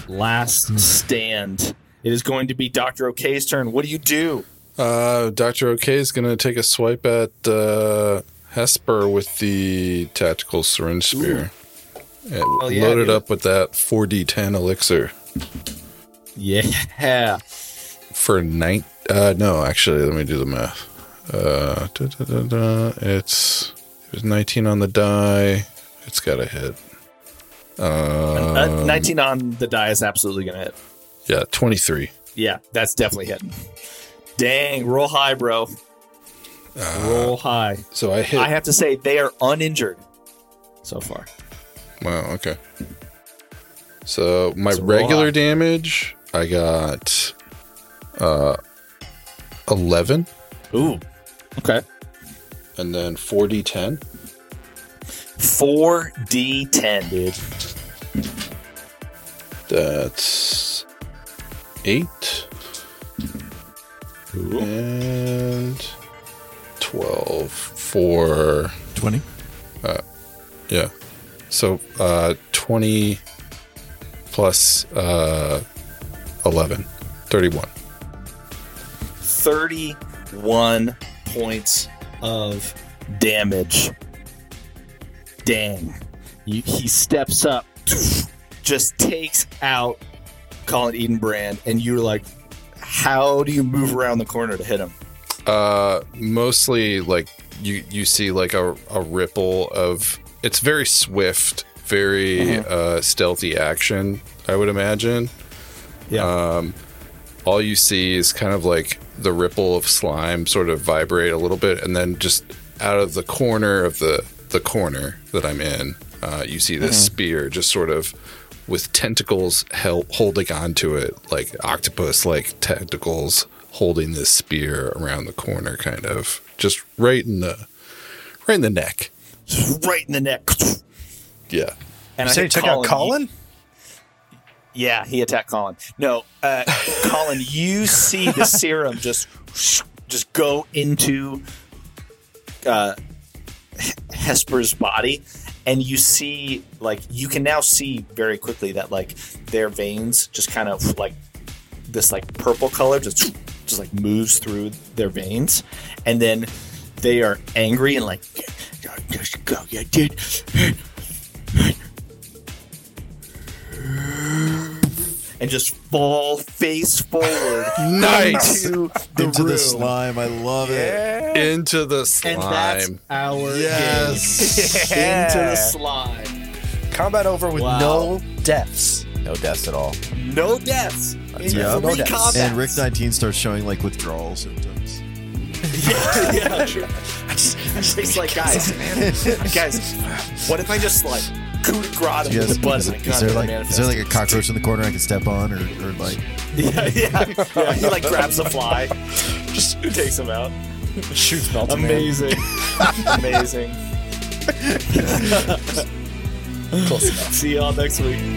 S4: Last stand. It is going to be Dr. Ok's turn. What do you do?
S7: Uh, Dr. OK is going to take a swipe at uh, Hesper with the tactical syringe spear. It-
S4: yeah,
S7: loaded
S4: dude.
S7: up with that 4d10 elixir
S4: Yeah.
S7: for nine. Uh, no, actually, let me do the math. Uh, da, da, da, da. It's it was 19 on the die. It's got a hit.
S4: Uh, 19 on the die is absolutely going to hit.
S7: Yeah, 23.
S4: Yeah, that's definitely hitting. Dang, roll high, bro. roll high.
S7: So I hit.
S4: I have to say, they are uninjured so far.
S7: Wow, okay. So my
S4: It's a
S7: regular
S4: lot.
S7: damage, I got uh 11
S4: Ooh. Okay.
S7: and then 4d10.
S4: 4d10, dude.
S7: That's 8
S4: Ooh.
S7: and 12 for
S6: 20.
S7: Uh, yeah. So uh 20 plus uh 11 31.
S4: 31 points of damage. Dang. You, he steps up, just takes out Colin Edenbrand, and you're like, how do you move around the corner to hit him?
S7: Uh, mostly like you you see like a, a ripple of it's very swift, very uh, stealthy action. I would imagine.
S4: Yeah.
S7: All you see is kind of like the ripple of slime sort of vibrate a little bit, and then just out of the corner of the the corner that I'm in, uh, you see this spear just sort of with tentacles hel- holding onto it, like octopus like tentacles holding this spear around the corner, kind of just right in the right in the neck.
S4: right in the neck.
S7: Yeah.
S4: And
S3: You say
S4: think
S3: took out Colin?
S4: Yeah, he attacked Colin. No, uh, Colin, you see the serum just just go into uh, H- Hesper's body, and you see like you can now see very quickly that like their veins just kind of like this like purple color just just like moves through their veins, and then they are angry and like
S8: Just go, you did.
S4: and just fall face forward
S7: Nice.
S4: into the
S6: Into
S4: room.
S6: the slime. I love it.
S7: Into the
S4: And that's
S7: slime.
S4: our
S6: Yes.
S4: game. Into the slime.
S3: Combat over with
S4: Wow.
S3: no deaths.
S5: No deaths at all.
S4: No deaths. In
S6: Yeah.
S4: three
S6: No
S3: deaths.
S4: combats.
S6: And Rick 19 starts showing like withdrawal symptoms.
S4: yeah, true. It's like, guys, guys, what if I just like coup de grace
S6: Do you
S4: with
S6: guys-
S4: the button?
S6: is,
S4: and
S6: it-
S4: got
S6: is there
S4: the
S6: like is
S4: manifest?
S6: there like a cockroach in the corner I can step on or, or like
S4: yeah, yeah, yeah. He like grabs a fly, just takes him out.
S3: Shoots Melton. Man.
S4: Amazing, amazing.
S3: Close enough.
S4: See y'all next week.